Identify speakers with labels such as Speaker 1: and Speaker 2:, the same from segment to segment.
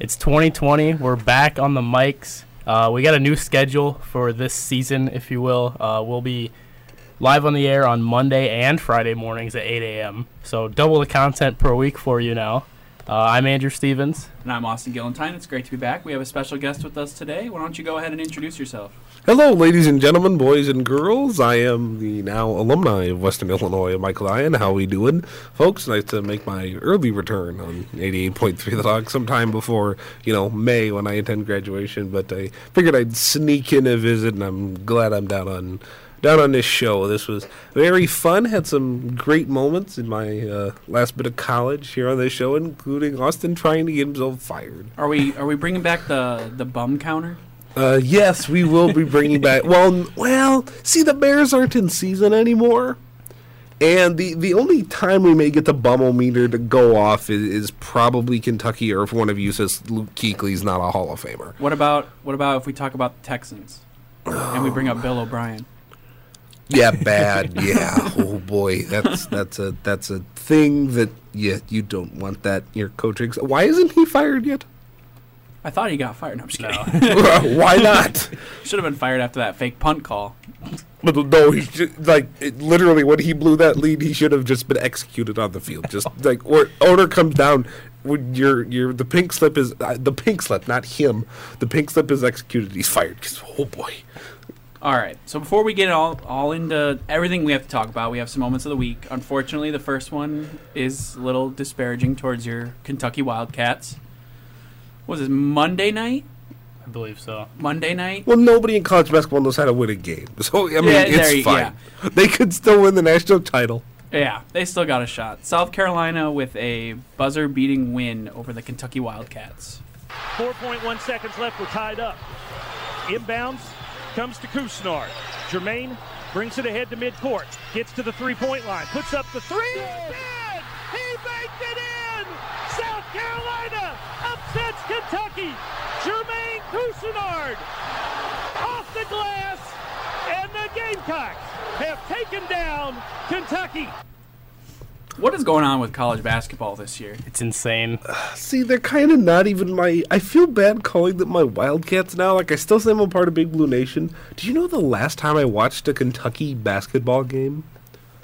Speaker 1: It's 2020. We're back on the mics. Uh, we got a new schedule for this season, if you will. Uh, we'll be live on the air on Monday and Friday mornings at 8 a.m. So double the content per week for you now. Uh, I'm Andrew Stevens.
Speaker 2: And I'm Austin Gillentine. It's great to be back. We have a special guest with us today. Why don't you go ahead and introduce yourself?
Speaker 3: Hello, ladies and gentlemen, boys and girls. I am the now alumni of Western Illinois, Michael Ian. How we doing, folks? Nice to make my early return on 88.3 The Dog sometime before, you know, May when I attend graduation. But I figured I'd sneak in a visit, and I'm glad I'm down on down on this show. This was very fun. Had some great moments in my uh, last bit of college here on this show, including Austin trying to get himself fired.
Speaker 2: Are we are we bringing back the the bum counter?
Speaker 3: Uh, yes, we will be bringing back. Well, n- well. See, the Bears aren't in season anymore, and the the only time we may get the bumble meter to go off is, is probably Kentucky, or if one of you says Luke Kuechly's not a Hall of Famer.
Speaker 2: What about what about if we talk about the Texans and we bring up Bill O'Brien?
Speaker 3: Yeah, bad. yeah. Oh boy, that's that's a that's a thing that yeah you don't want that in your coaching. Why isn't he fired yet?
Speaker 2: I thought he got fired. No, I'm just kidding.
Speaker 3: Why not?
Speaker 2: Should have been fired after that fake punt call.
Speaker 3: But no, he should, like it, literally when he blew that lead, he should have just been executed on the field. Just like or owner comes down, when your your the pink slip is uh, the pink slip, not him. The pink slip is executed. He's fired. 'Cause, oh boy,
Speaker 2: All right. So before we get all all into everything we have to talk about, we have some moments of the week. Unfortunately, the first one is a little disparaging towards your Kentucky Wildcats. What was this Monday night?
Speaker 1: I believe so.
Speaker 2: Monday night.
Speaker 3: well nobody in college basketball knows how to win a game. So I mean,
Speaker 2: Yeah,
Speaker 3: it's
Speaker 2: there you-
Speaker 3: fine. They could still win the national title.
Speaker 2: Yeah, they still got a shot. South Carolina with a buzzer beating win over the Kentucky Wildcats.
Speaker 4: 4.1 seconds left. We're tied up. Inbounds comes to Kusnar. Jermaine brings it ahead to midcourt. Gets to the three-point line. Puts up the three. Good! He baked it in. South Carolina upsets Kentucky. Jermaine Cousinard off the glass, and the Gamecocks have taken down Kentucky.
Speaker 2: What is going on with college basketball this year?
Speaker 1: It's insane.
Speaker 3: See, they're kind of not even my. I feel bad calling them my Wildcats now. Like I still say I'm a part of Big Blue Nation. Do you know the last time I watched a Kentucky basketball game?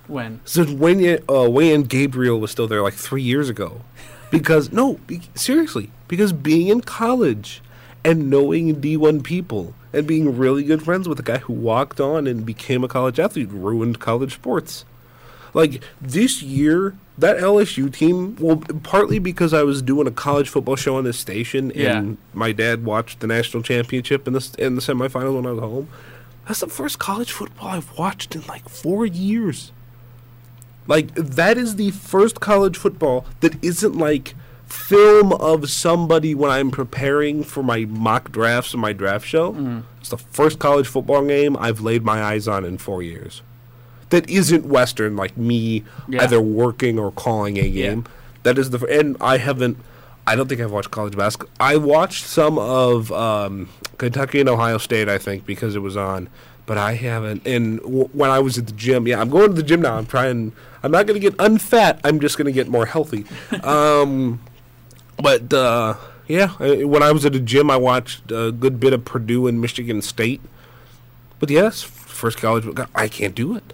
Speaker 2: When
Speaker 3: So when you, uh, Wayne Gabriel was still there like three years ago, because no, be- seriously, because being in college and knowing D1 people and being really good friends with a guy who walked on and became a college athlete ruined college sports. Like this year, that LSU team, well, partly because I was doing a college football show on this station,
Speaker 2: Yeah.
Speaker 3: and my dad watched the national championship and the and the semifinals when I was home. That's the first college football I've watched in like four years. Like that is the first college football that isn't like film of somebody when I'm preparing for my mock drafts and my draft show. It's the first college football game I've laid my eyes on in four years. That isn't Western, like me
Speaker 2: Yeah.
Speaker 3: either working or calling a game. That is the fir- and I haven't. I don't think I've watched college basketball. I watched some of um, Kentucky and Ohio State, I think, because it was on. But I haven't. And w- when I was at the gym, yeah, I'm going to the gym now. I'm trying. I'm not going to get unfat. I'm just going to get more healthy. um, but uh, yeah, I- when I was at the gym, I watched a good bit of Purdue and Michigan State. But yes, first college, God, I can't do it.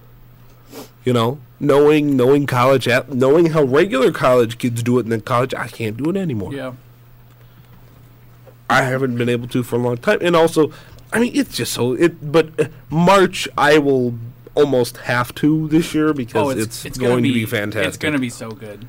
Speaker 3: You know, knowing knowing college, at, knowing how regular college kids do it, and then college, I can't do it anymore.
Speaker 2: yeah, Oh,
Speaker 3: I haven't been able to for a long time, and also, I mean, it's just so it. But uh, March, I will almost have to this year because it's,
Speaker 2: Oh, gonna
Speaker 3: going to be fantastic.
Speaker 2: It's going to be so good.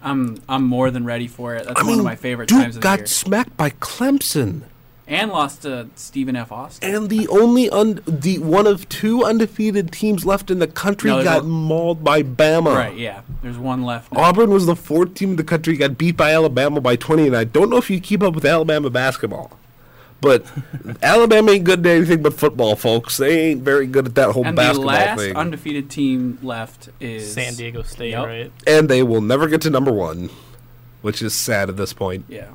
Speaker 2: I'm I'm more than ready for it. That's
Speaker 3: I
Speaker 2: one
Speaker 3: mean,
Speaker 2: of my favorite
Speaker 3: Duke
Speaker 2: times of
Speaker 3: got
Speaker 2: the year.
Speaker 3: smacked by Clemson.
Speaker 2: and lost to Stephen F. Austin.
Speaker 3: And the only un- the one of two undefeated teams left in the country
Speaker 2: No, there's
Speaker 3: got
Speaker 2: a-
Speaker 3: mauled by Bama.
Speaker 2: right? Yeah. There's one left. now.
Speaker 3: Auburn was the fourth team in the country got beat by Alabama by 20, and I don't know if you keep up with Alabama basketball. But Alabama ain't good at anything but football, folks. They ain't very good at that whole
Speaker 2: and the
Speaker 3: basketball
Speaker 2: last
Speaker 3: thing.
Speaker 2: undefeated team left is
Speaker 1: San Diego State,
Speaker 2: Yep.
Speaker 1: right?
Speaker 3: and they will never get to number one, which is sad at this point.
Speaker 2: Yeah.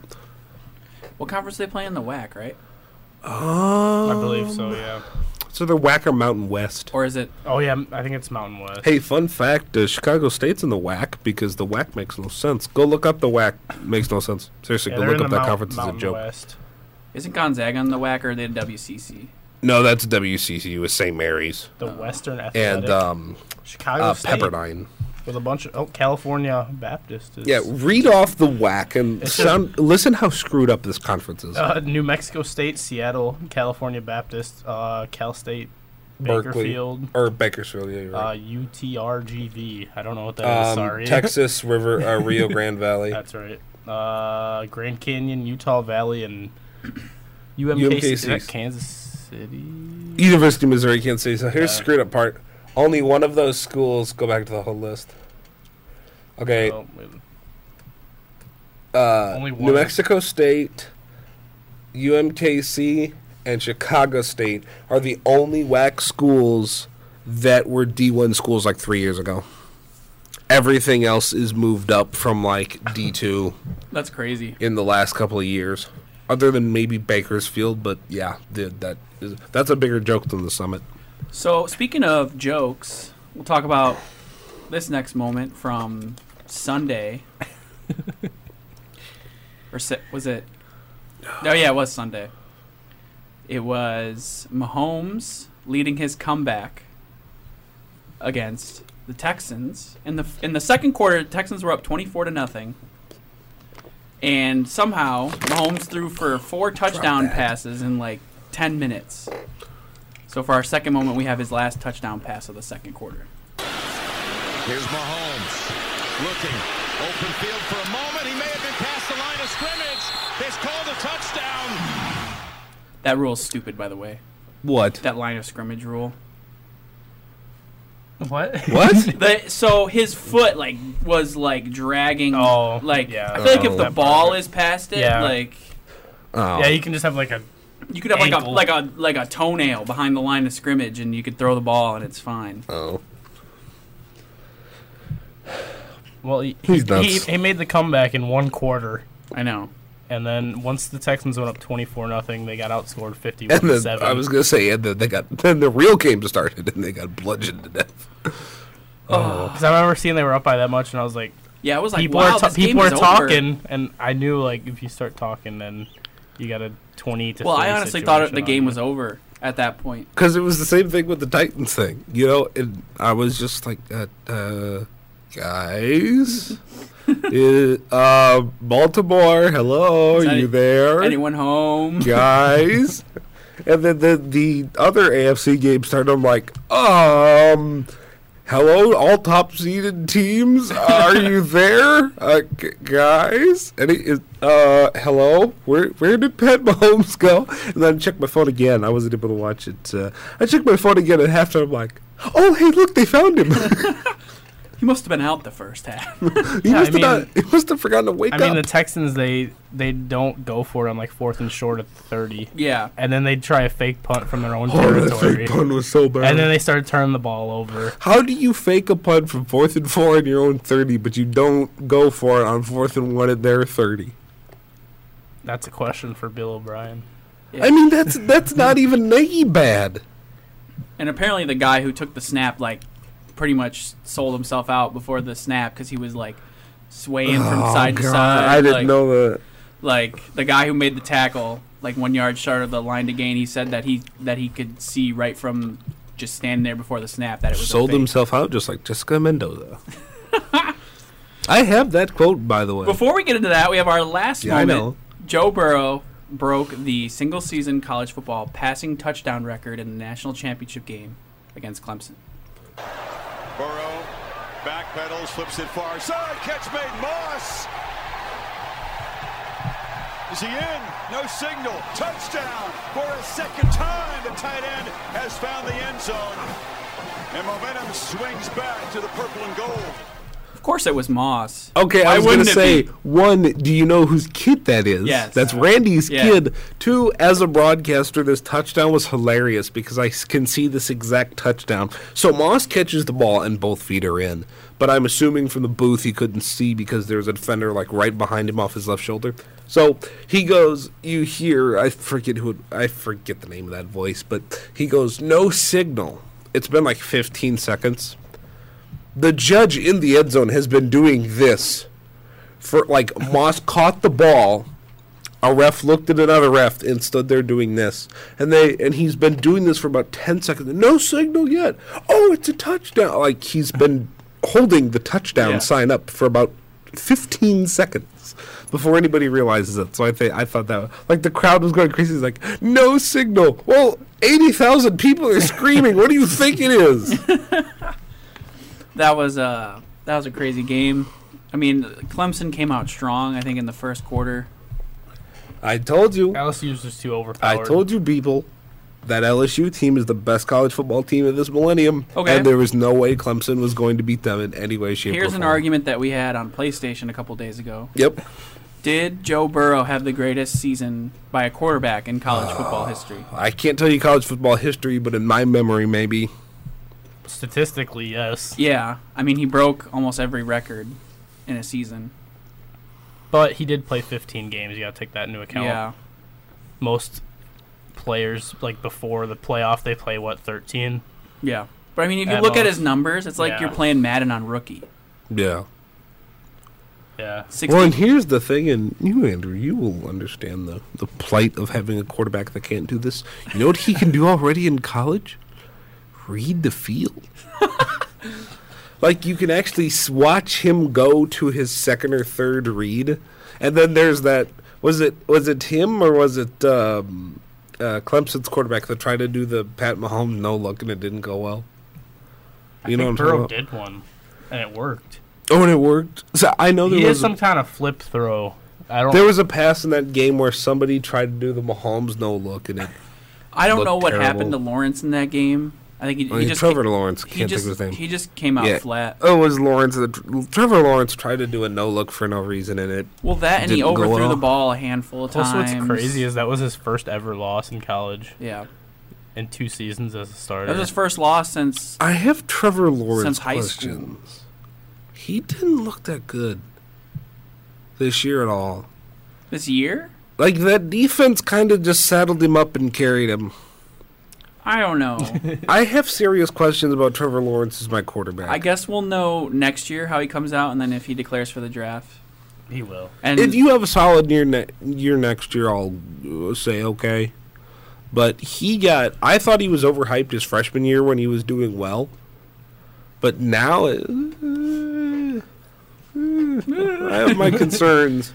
Speaker 2: What conference they play in the WAC, right?
Speaker 1: I believe so. Yeah.
Speaker 3: Oh. So they're Whacker Mountain West.
Speaker 2: Or is it?
Speaker 1: Oh yeah, m- I think it's Mountain West.
Speaker 3: Hey, fun fact: uh, Chicago State's in the WAC because the WAC makes no sense. Go look up the WAC; makes no sense. Seriously,
Speaker 1: yeah,
Speaker 3: go
Speaker 1: they're
Speaker 3: look
Speaker 1: in
Speaker 3: up
Speaker 1: the
Speaker 3: that
Speaker 1: Mount-
Speaker 3: conference as a
Speaker 1: Mountain
Speaker 3: joke.
Speaker 1: West.
Speaker 2: Isn't Gonzaga on the whack or are they in WCC?
Speaker 3: No, that's WCCU with St. Mary's
Speaker 1: The Western Athletic.
Speaker 3: and um,
Speaker 1: Chicago
Speaker 3: uh,
Speaker 1: State
Speaker 3: Pepperdine.
Speaker 1: with a bunch of oh California Baptist. Is,
Speaker 3: Yeah, read off the WAC and
Speaker 1: It's
Speaker 3: sound. listen how screwed up this conference is.
Speaker 1: Uh, New Mexico State, Seattle, California Baptist, uh, Cal State,
Speaker 3: Berkeley.
Speaker 1: Bakerfield,
Speaker 3: or Bakersfield, yeah, you're
Speaker 1: uh,
Speaker 3: right.
Speaker 1: UTRGV. I don't know what that is.
Speaker 3: Um,
Speaker 1: Uh, Sorry.
Speaker 3: Texas River, uh, Rio Grande Valley,
Speaker 1: That's right. Uh, Grand Canyon, Utah Valley, and UMKC.
Speaker 3: UMKC.
Speaker 1: Is that Kansas City.
Speaker 3: University of Missouri, Kansas City. So here's
Speaker 1: Uh,
Speaker 3: the screwed up part. Only one of those schools. Go back to the whole list. Okay,
Speaker 1: Oh, wait.
Speaker 3: uh,
Speaker 1: Only
Speaker 3: New
Speaker 1: one.
Speaker 3: Mexico State, UMKC, and Chicago State are the only WAC schools that were D1 schools like three years ago. Everything else is moved up from like D2
Speaker 2: That's crazy.
Speaker 3: in the last couple of years, other than maybe Bakersfield. But yeah, dude, that is, that's a bigger joke than the summit.
Speaker 2: So speaking of jokes, we'll talk about this next moment from Sunday. or se- was it? No, yeah, it was Sunday. It was Mahomes leading his comeback against the Texans in the in the second quarter. The Texans were up twenty four to nothing, and somehow Mahomes threw for four touchdown
Speaker 3: that.
Speaker 2: passes in like ten minutes. So for our second moment, we have his last touchdown pass of the second quarter.
Speaker 5: Here's Mahomes looking. Open field for a moment. He may have been past the line of scrimmage. It's called a touchdown.
Speaker 2: That rule's stupid, by the way.
Speaker 3: What?
Speaker 2: That line of scrimmage rule.
Speaker 1: What?
Speaker 3: What?
Speaker 2: The, so his foot like was like dragging.
Speaker 1: Oh,
Speaker 2: like
Speaker 1: yeah.
Speaker 2: I feel like if the
Speaker 3: Oh.
Speaker 2: ball is past it,
Speaker 1: Yeah.
Speaker 2: like
Speaker 3: oh.
Speaker 1: yeah, you can just have like a.
Speaker 2: you could have like
Speaker 1: Ankle.
Speaker 2: a like a like a toenail behind the line of scrimmage, and you could throw the ball, and it's fine.
Speaker 3: oh.
Speaker 1: Well, he,
Speaker 3: He's
Speaker 1: he,
Speaker 3: nuts.
Speaker 1: he made the comeback in one quarter.
Speaker 2: I know.
Speaker 1: And then once the Texans went up twenty four nothing, they got outscored fifty one
Speaker 3: And
Speaker 1: to
Speaker 3: then
Speaker 1: seven.
Speaker 3: I was gonna say, and then they got then the real game started, and they got bludgeoned to death.
Speaker 1: because Oh. I remember seeing they were up by that much, and I was like,
Speaker 2: Yeah, it was like
Speaker 1: people
Speaker 2: wow,
Speaker 1: are ta-
Speaker 2: this game
Speaker 1: people are
Speaker 2: is over.
Speaker 1: talking, and I knew like if you start talking, then you got a twenty to.
Speaker 2: Well,
Speaker 1: 30
Speaker 2: I honestly thought it,
Speaker 1: situation
Speaker 2: the
Speaker 1: on
Speaker 2: game
Speaker 1: you.
Speaker 2: was over at that point.
Speaker 3: Because it was the same thing with the Titans thing, you know. And I was just like, uh, uh guys, uh, uh, Baltimore, hello, are
Speaker 2: Is any-
Speaker 3: you there,
Speaker 2: Anyone home?
Speaker 3: guys? and then the the other AFC game started. I'm like, um. Hello, all top seeded teams. Are you there, uh, g- guys? And it is, uh, hello, where where did Pat Mahomes go? And then I checked my phone again. I wasn't able to watch it. Uh, I checked my phone again at halftime. I'm like, oh hey, look, they found him.
Speaker 2: He must have been out the first half.
Speaker 3: he,
Speaker 1: Yeah, I
Speaker 3: must have
Speaker 1: mean-
Speaker 3: not, he must have forgotten to wake
Speaker 1: I mean, the
Speaker 3: up.
Speaker 1: Texans they they don't go for it on like fourth and short at thirty,
Speaker 2: yeah.
Speaker 1: and then they try a fake punt from their own
Speaker 3: oh, that
Speaker 1: territory,
Speaker 3: fake pun was so bad.
Speaker 1: and then they started turning the ball over.
Speaker 3: How do you fake a punt from fourth and four in your own thirty, but you don't go for it on fourth and one at their thirty?
Speaker 1: That's a question for Bill O'Brien.
Speaker 2: Yeah.
Speaker 3: I mean, that's that's not even Nagy bad.
Speaker 2: And apparently, the guy who took the snap, like, pretty much sold himself out before the snap because he was like swaying from
Speaker 3: Oh,
Speaker 2: side to
Speaker 3: God,
Speaker 2: side.
Speaker 3: I didn't
Speaker 2: like,
Speaker 3: know that.
Speaker 2: Like the guy who made the tackle, like one yard short of the line to gain, he said that he that he could see right from just standing there before the snap that it was a
Speaker 3: Sold
Speaker 2: fake.
Speaker 3: himself out just like Jessica Mendoza. I have that quote, by the way.
Speaker 2: Before we get into that, we have our last
Speaker 3: Yeah, I
Speaker 2: moment.
Speaker 3: know.
Speaker 2: Joe Burrow broke the single season college football passing touchdown record in the national championship game against Clemson.
Speaker 5: Burrow backpedals, flips it far side. Catch made Moss. Is he in? No signal. Touchdown for a second time. The tight end has found the end zone. And momentum swings back to the purple and gold.
Speaker 2: Of course, it was Moss.
Speaker 3: Okay,
Speaker 2: Why
Speaker 3: I was going to
Speaker 2: wouldn't it
Speaker 3: say
Speaker 2: be?
Speaker 3: one. Do you know whose kid that is?
Speaker 2: Yes.
Speaker 3: that's Randy's
Speaker 2: Yeah.
Speaker 3: kid. Two, as a broadcaster, this touchdown was hilarious because I s- can see this exact touchdown. So Moss catches the ball and both feet are in, but I'm assuming from the booth he couldn't see because there was a defender like right behind him off his left shoulder. So he goes, you hear, I forget who, it, I forget the name of that voice, but he goes, no signal. It's been like 15 seconds. The judge in the end zone has been doing this for like Moss caught the ball. A ref looked at another ref and stood there doing this, and they and he's been doing this for about ten seconds. No signal yet. Oh, it's a touchdown! Like he's been holding the touchdown
Speaker 2: Yeah.
Speaker 3: sign up for about fifteen seconds before anybody realizes it. So I think I thought that like the crowd was going crazy. It's like no signal. Well, eighty thousand people are screaming. what do you think it is?
Speaker 2: that was a that was a crazy game. I mean, Clemson came out strong. I think in the first quarter.
Speaker 3: I told you.
Speaker 1: LSU's just too
Speaker 3: I
Speaker 1: overpowered.
Speaker 3: told you people that LSU team is the best college football team of this millennium.
Speaker 2: Okay.
Speaker 3: And there was no way Clemson was going to beat them in any way, shape, or
Speaker 2: Here's
Speaker 3: form.
Speaker 2: an argument that we had on PlayStation a couple days ago.
Speaker 3: Yep.
Speaker 2: Did Joe Burrow have the greatest season by a quarterback in college
Speaker 3: Ah.
Speaker 2: football history?
Speaker 3: I can't tell you college football history, but in my memory, maybe.
Speaker 1: Statistically, yes.
Speaker 2: Yeah, I mean he broke almost every record in a season.
Speaker 1: But he did play 15 games. You got to take that into account.
Speaker 2: Yeah,
Speaker 1: Most players, like before the playoff, they play, what, 13?
Speaker 2: yeah. But I mean, if you
Speaker 1: At
Speaker 2: look at
Speaker 1: most.
Speaker 2: his numbers, it's like
Speaker 1: Yeah.
Speaker 2: you're playing Madden on rookie.
Speaker 3: Yeah.
Speaker 1: Yeah.
Speaker 2: 60,
Speaker 3: Well, and here's the thing, and you, Andrew, you will understand the, the plight of having a quarterback that can't do this. You know what he can do already in college? Read the field. like, you can actually s- watch him go to his second or third read. And then there's that. Was it was it him or was it um, uh, Clemson's quarterback that tried to do the Pat Mahomes no look and it didn't go well? You know what I'm talking
Speaker 1: Burrow
Speaker 3: about?
Speaker 1: did one, and it worked.
Speaker 3: Oh, and it worked. So I know there
Speaker 1: He
Speaker 3: was
Speaker 1: is
Speaker 3: a-
Speaker 1: some kind of flip throw. I don't.
Speaker 3: There was a pass in that game where somebody tried to do the Mahomes no look, and it.
Speaker 2: I don't know
Speaker 3: looked
Speaker 2: what
Speaker 3: terrible.
Speaker 2: happened to Lawrence in that game. I think he, he
Speaker 3: I mean,
Speaker 2: just
Speaker 3: uh, Trevor Lawrence
Speaker 2: he
Speaker 3: can't
Speaker 2: just
Speaker 3: think of his
Speaker 2: he
Speaker 3: name.
Speaker 2: just came out
Speaker 3: Yeah.
Speaker 2: flat.
Speaker 3: Oh, it was Lawrence. that- Trevor Lawrence tried to do a no look for no reason, and it.
Speaker 2: Well, that and he
Speaker 3: Didn't go
Speaker 2: overthrew the
Speaker 3: well.
Speaker 2: ball a handful of
Speaker 1: Also,
Speaker 2: times.
Speaker 1: what's crazy is that was his first ever loss in college
Speaker 2: yeah,
Speaker 1: in two seasons as a starter.
Speaker 2: that was his first loss since
Speaker 3: I have Trevor Lawrence
Speaker 2: Since high school.
Speaker 3: questions. He didn't look that good this year at all.
Speaker 2: this year.
Speaker 3: Like that defense kind of just saddled him up and carried him.
Speaker 2: I don't know.
Speaker 3: I have serious questions about Trevor Lawrence as my quarterback.
Speaker 2: I guess we'll know next year how he comes out, and then if he declares for the draft.
Speaker 1: he will.
Speaker 2: And
Speaker 3: if you have a solid year, ne- year next year, I'll uh, say okay. But he got. I thought he was overhyped his freshman year when he was doing well. But now, uh, uh, I have my concerns.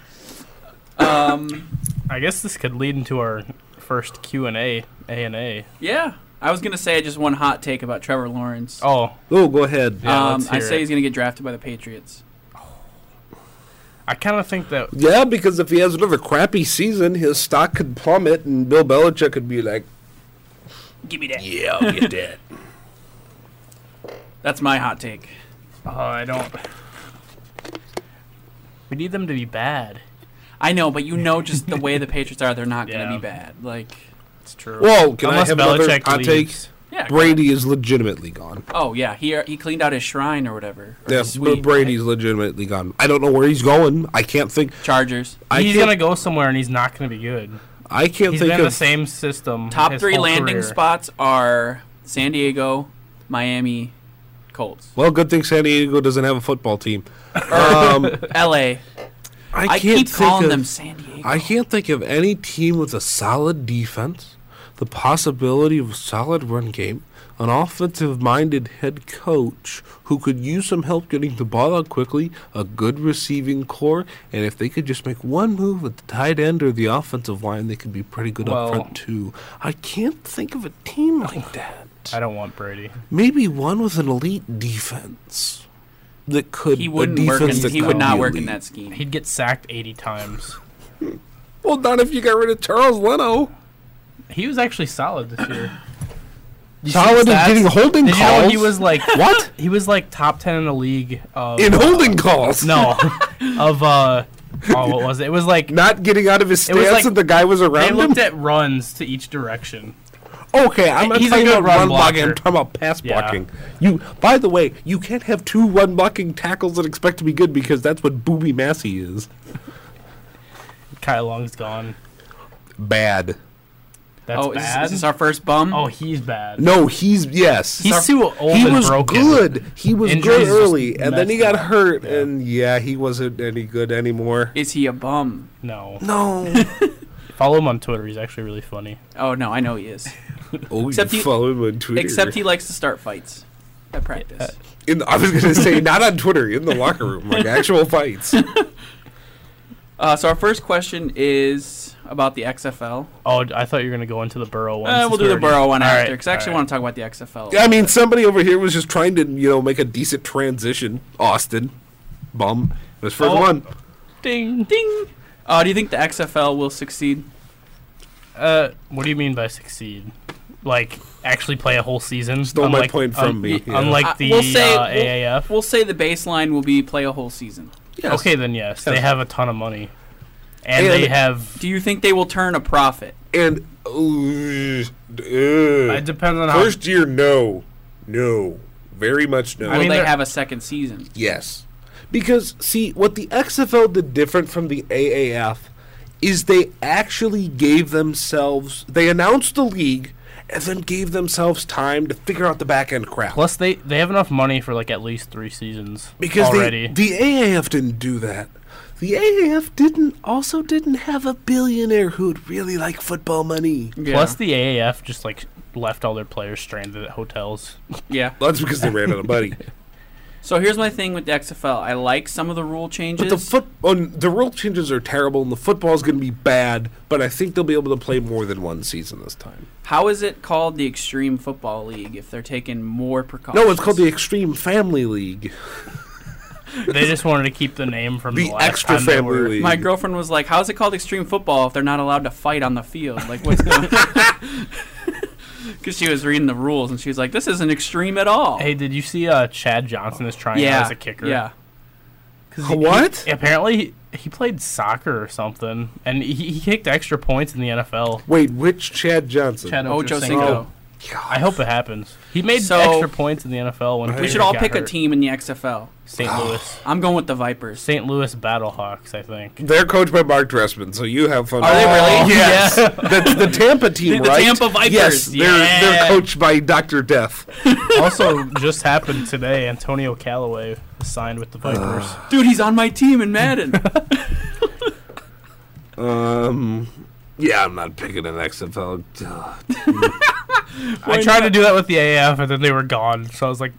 Speaker 2: um,
Speaker 1: I guess this could lead into our first Q and A, A and A.
Speaker 2: yeah, I was gonna say just one hot take about Trevor Lawrence.
Speaker 1: Oh,
Speaker 3: Oh, go ahead.
Speaker 1: Yeah.
Speaker 2: um,
Speaker 1: let's
Speaker 2: I
Speaker 1: hear
Speaker 2: say
Speaker 1: it.
Speaker 2: he's gonna get drafted by the Patriots.
Speaker 1: I kind of think that
Speaker 3: Yeah, because if he has another crappy season, his stock could plummet, and Bill Belichick could be like,
Speaker 2: Give me that.
Speaker 3: "Yeah, I'll get that."
Speaker 2: That's my hot take.
Speaker 1: oh, I don't. We need them to be bad.
Speaker 2: I know, but you know, just the way the Patriots are, they're not gonna
Speaker 1: Yeah.
Speaker 2: be bad. Like,
Speaker 1: It's true.
Speaker 3: Whoa, can
Speaker 1: Unless
Speaker 3: I have another
Speaker 1: Belichick
Speaker 3: hot take?
Speaker 1: leaves.
Speaker 2: yeah,
Speaker 3: Brady is legitimately gone.
Speaker 2: Oh yeah, he he cleaned out his shrine or whatever. or
Speaker 3: Yeah,
Speaker 2: his
Speaker 3: but
Speaker 2: suite.
Speaker 3: Brady's legitimately gone. I don't know where he's going. I can't think.
Speaker 2: Chargers.
Speaker 3: I
Speaker 1: he's
Speaker 3: can't-
Speaker 1: gonna go somewhere and he's not gonna be good.
Speaker 3: I can't
Speaker 1: He's
Speaker 3: think
Speaker 1: been in
Speaker 3: of
Speaker 1: the same system.
Speaker 2: Top
Speaker 1: his
Speaker 2: three
Speaker 1: whole
Speaker 2: landing
Speaker 1: career.
Speaker 2: spots are San Diego, Miami, Colts,
Speaker 3: Well, good thing San Diego doesn't have a football team. Um,
Speaker 2: L.A.
Speaker 3: I,
Speaker 2: I
Speaker 3: can't
Speaker 2: keep
Speaker 3: think
Speaker 2: calling
Speaker 3: of,
Speaker 2: them San Diego.
Speaker 3: I can't think of any team with a solid defense, the possibility of a solid run game, an offensive-minded head coach who could use some help getting the ball out quickly, a good receiving core, and if they could just make one move with the tight end or the offensive line, they could be pretty good
Speaker 1: Well-
Speaker 3: up front too. I can't think of a team like that.
Speaker 1: I don't want Brady.
Speaker 3: Maybe one with an elite defense that could.
Speaker 2: he
Speaker 3: a
Speaker 2: wouldn't work.
Speaker 3: defense
Speaker 2: In,
Speaker 3: that
Speaker 2: he
Speaker 3: could
Speaker 2: would
Speaker 3: be
Speaker 2: not work in
Speaker 3: elite.
Speaker 2: that scheme.
Speaker 1: He'd get sacked 80 times.
Speaker 3: Well, not if you got rid of Charles Leno.
Speaker 1: He was actually solid this year. You see
Speaker 3: Solid
Speaker 1: stats?
Speaker 3: at getting holding
Speaker 1: Did you
Speaker 3: calls.
Speaker 1: know he was like
Speaker 3: what
Speaker 1: he was like top 10 in the league of
Speaker 3: in holding calls?
Speaker 1: no of uh oh what was it? It was like
Speaker 3: not getting out of his
Speaker 1: It was
Speaker 3: stance
Speaker 1: like-
Speaker 3: and the guy was
Speaker 1: they
Speaker 3: around him.
Speaker 1: looked at runs to each direction.
Speaker 3: Okay, I'm not
Speaker 1: He's a
Speaker 3: talking
Speaker 1: good
Speaker 3: about
Speaker 1: run
Speaker 3: run blocking.
Speaker 1: blocker.
Speaker 3: I'm talking about pass
Speaker 1: Yeah.
Speaker 3: blocking. You, by the way, you can't have two run blocking tackles and expect to be good because that's what Booby Massey is.
Speaker 1: Kyle Long's gone.
Speaker 3: Bad.
Speaker 1: That's
Speaker 2: Oh, is this,
Speaker 1: bad.
Speaker 2: is this our first bum?
Speaker 1: oh, he's bad.
Speaker 3: No, he's yes.
Speaker 1: He's too old
Speaker 3: he
Speaker 1: and
Speaker 3: was
Speaker 1: broken.
Speaker 3: good. He was
Speaker 1: Injuries
Speaker 3: good
Speaker 1: just
Speaker 3: early, and then he
Speaker 1: messed
Speaker 3: got
Speaker 1: him up.
Speaker 3: hurt,
Speaker 1: Yeah.
Speaker 3: and yeah, he wasn't any good anymore.
Speaker 2: Is he a bum?
Speaker 1: No.
Speaker 3: No.
Speaker 1: Follow him on Twitter. He's actually really funny.
Speaker 2: Oh no, I know he is.
Speaker 3: oh,
Speaker 2: Except
Speaker 3: you
Speaker 2: he-
Speaker 3: follow him on Twitter.
Speaker 2: Except he likes to start fights at practice.
Speaker 3: In the- I was gonna say not on Twitter, in the locker room, like actual fights.
Speaker 2: Uh, so our first question is about the XFL.
Speaker 1: Oh, d- I thought you were gonna go into the Burrow one.
Speaker 2: Uh,
Speaker 1: since
Speaker 2: we'll do
Speaker 1: we
Speaker 2: the
Speaker 1: already-
Speaker 2: Burrow one
Speaker 1: All
Speaker 2: after
Speaker 1: right,
Speaker 2: because I actually
Speaker 1: all
Speaker 2: want
Speaker 1: right.
Speaker 2: to talk about the XFL.
Speaker 3: I mean, somebody over here was just trying to, you know, make a decent transition. Austin, bum, was first
Speaker 1: Oh.
Speaker 3: one.
Speaker 1: Ding.
Speaker 2: Ding. Uh, do you think the XFL will succeed?
Speaker 1: Uh, what do you mean by succeed? Like actually play a whole season?
Speaker 3: Stole my point from
Speaker 1: un-
Speaker 3: me, yeah.
Speaker 2: Uh,
Speaker 1: Unlike the
Speaker 2: we'll say-
Speaker 1: uh,
Speaker 2: we'll-
Speaker 1: AAF.
Speaker 2: We'll say the baseline will be play a whole season.
Speaker 3: Yes.
Speaker 1: Okay, then yes, they
Speaker 3: Yes.
Speaker 1: have a ton of money, and, they
Speaker 3: And-
Speaker 1: have.
Speaker 2: Do you think they will turn a profit?
Speaker 3: And ooh, ugh.
Speaker 1: It depends on how.
Speaker 3: first year, no, no, very much no.
Speaker 2: Will
Speaker 1: I mean,
Speaker 2: they
Speaker 1: they're-
Speaker 2: have a second season?
Speaker 3: Yes. Because, see, what the XFL did different from the AAF is they actually gave themselves, they announced the league and then gave themselves time to figure out the back end crap.
Speaker 1: plus, they they have enough money for like at least three seasons
Speaker 3: because
Speaker 1: already.
Speaker 3: they, the AAF didn't do that. The AAF didn't also didn't have a billionaire who'd really like football money.
Speaker 2: Yeah.
Speaker 1: Plus, the AAF just like left all their players stranded at hotels.
Speaker 2: yeah.
Speaker 3: That's because they ran out of money.
Speaker 2: So here's my thing with the XFL. I like some of the rule changes.
Speaker 3: But the foot on the rule changes are terrible, and the football's going to be bad. But I think they'll be able to play more than one season this time.
Speaker 2: How is it called the Extreme Football League if they're taking more precautions?
Speaker 3: No, it's called the Extreme Family League.
Speaker 1: they just wanted to keep the name from the,
Speaker 3: The
Speaker 1: last
Speaker 3: extra
Speaker 1: time they
Speaker 3: family
Speaker 1: were-
Speaker 3: league.
Speaker 2: My girlfriend was like, "How is it called extreme football if they're not allowed to fight on the field? Like, what's going?" Because she was reading the rules and she was like, "This isn't extreme at all."
Speaker 1: Hey, did you see uh, Chad Johnson is trying
Speaker 2: yeah,
Speaker 1: out as a kicker?
Speaker 2: Yeah,
Speaker 3: What?
Speaker 1: Apparently, he, he played soccer or something, and he, he kicked extra points in the NFL.
Speaker 3: Wait, which Chad Johnson?
Speaker 1: Chad Ochocinco.
Speaker 2: Ocho Cinco.
Speaker 1: I hope it happens. He made
Speaker 2: So-
Speaker 1: extra points in the NFL when
Speaker 2: We
Speaker 1: Peter
Speaker 2: should all
Speaker 1: got
Speaker 2: pick a
Speaker 1: hurt.
Speaker 2: team in the XFL.
Speaker 1: St. Louis,
Speaker 2: I'm going with the Vipers.
Speaker 1: St. Louis Battlehawks, I think. Oh,
Speaker 3: They're coached by Mark Dressman, so you have fun. Oh,
Speaker 2: Are they really?
Speaker 3: Yes. That's the Tampa team,
Speaker 2: The- the
Speaker 3: right?
Speaker 2: Tampa Vipers,
Speaker 3: Yes, they're
Speaker 1: yeah.
Speaker 3: they're coached by Doctor Death.
Speaker 1: also, just happened today. Antonio Callaway signed with the Vipers.
Speaker 2: Dude, he's on my team in Madden.
Speaker 3: Um, yeah, I'm not picking an XFL. Ugh.
Speaker 1: I tried to do that with the AF, and then they were gone. So I was like,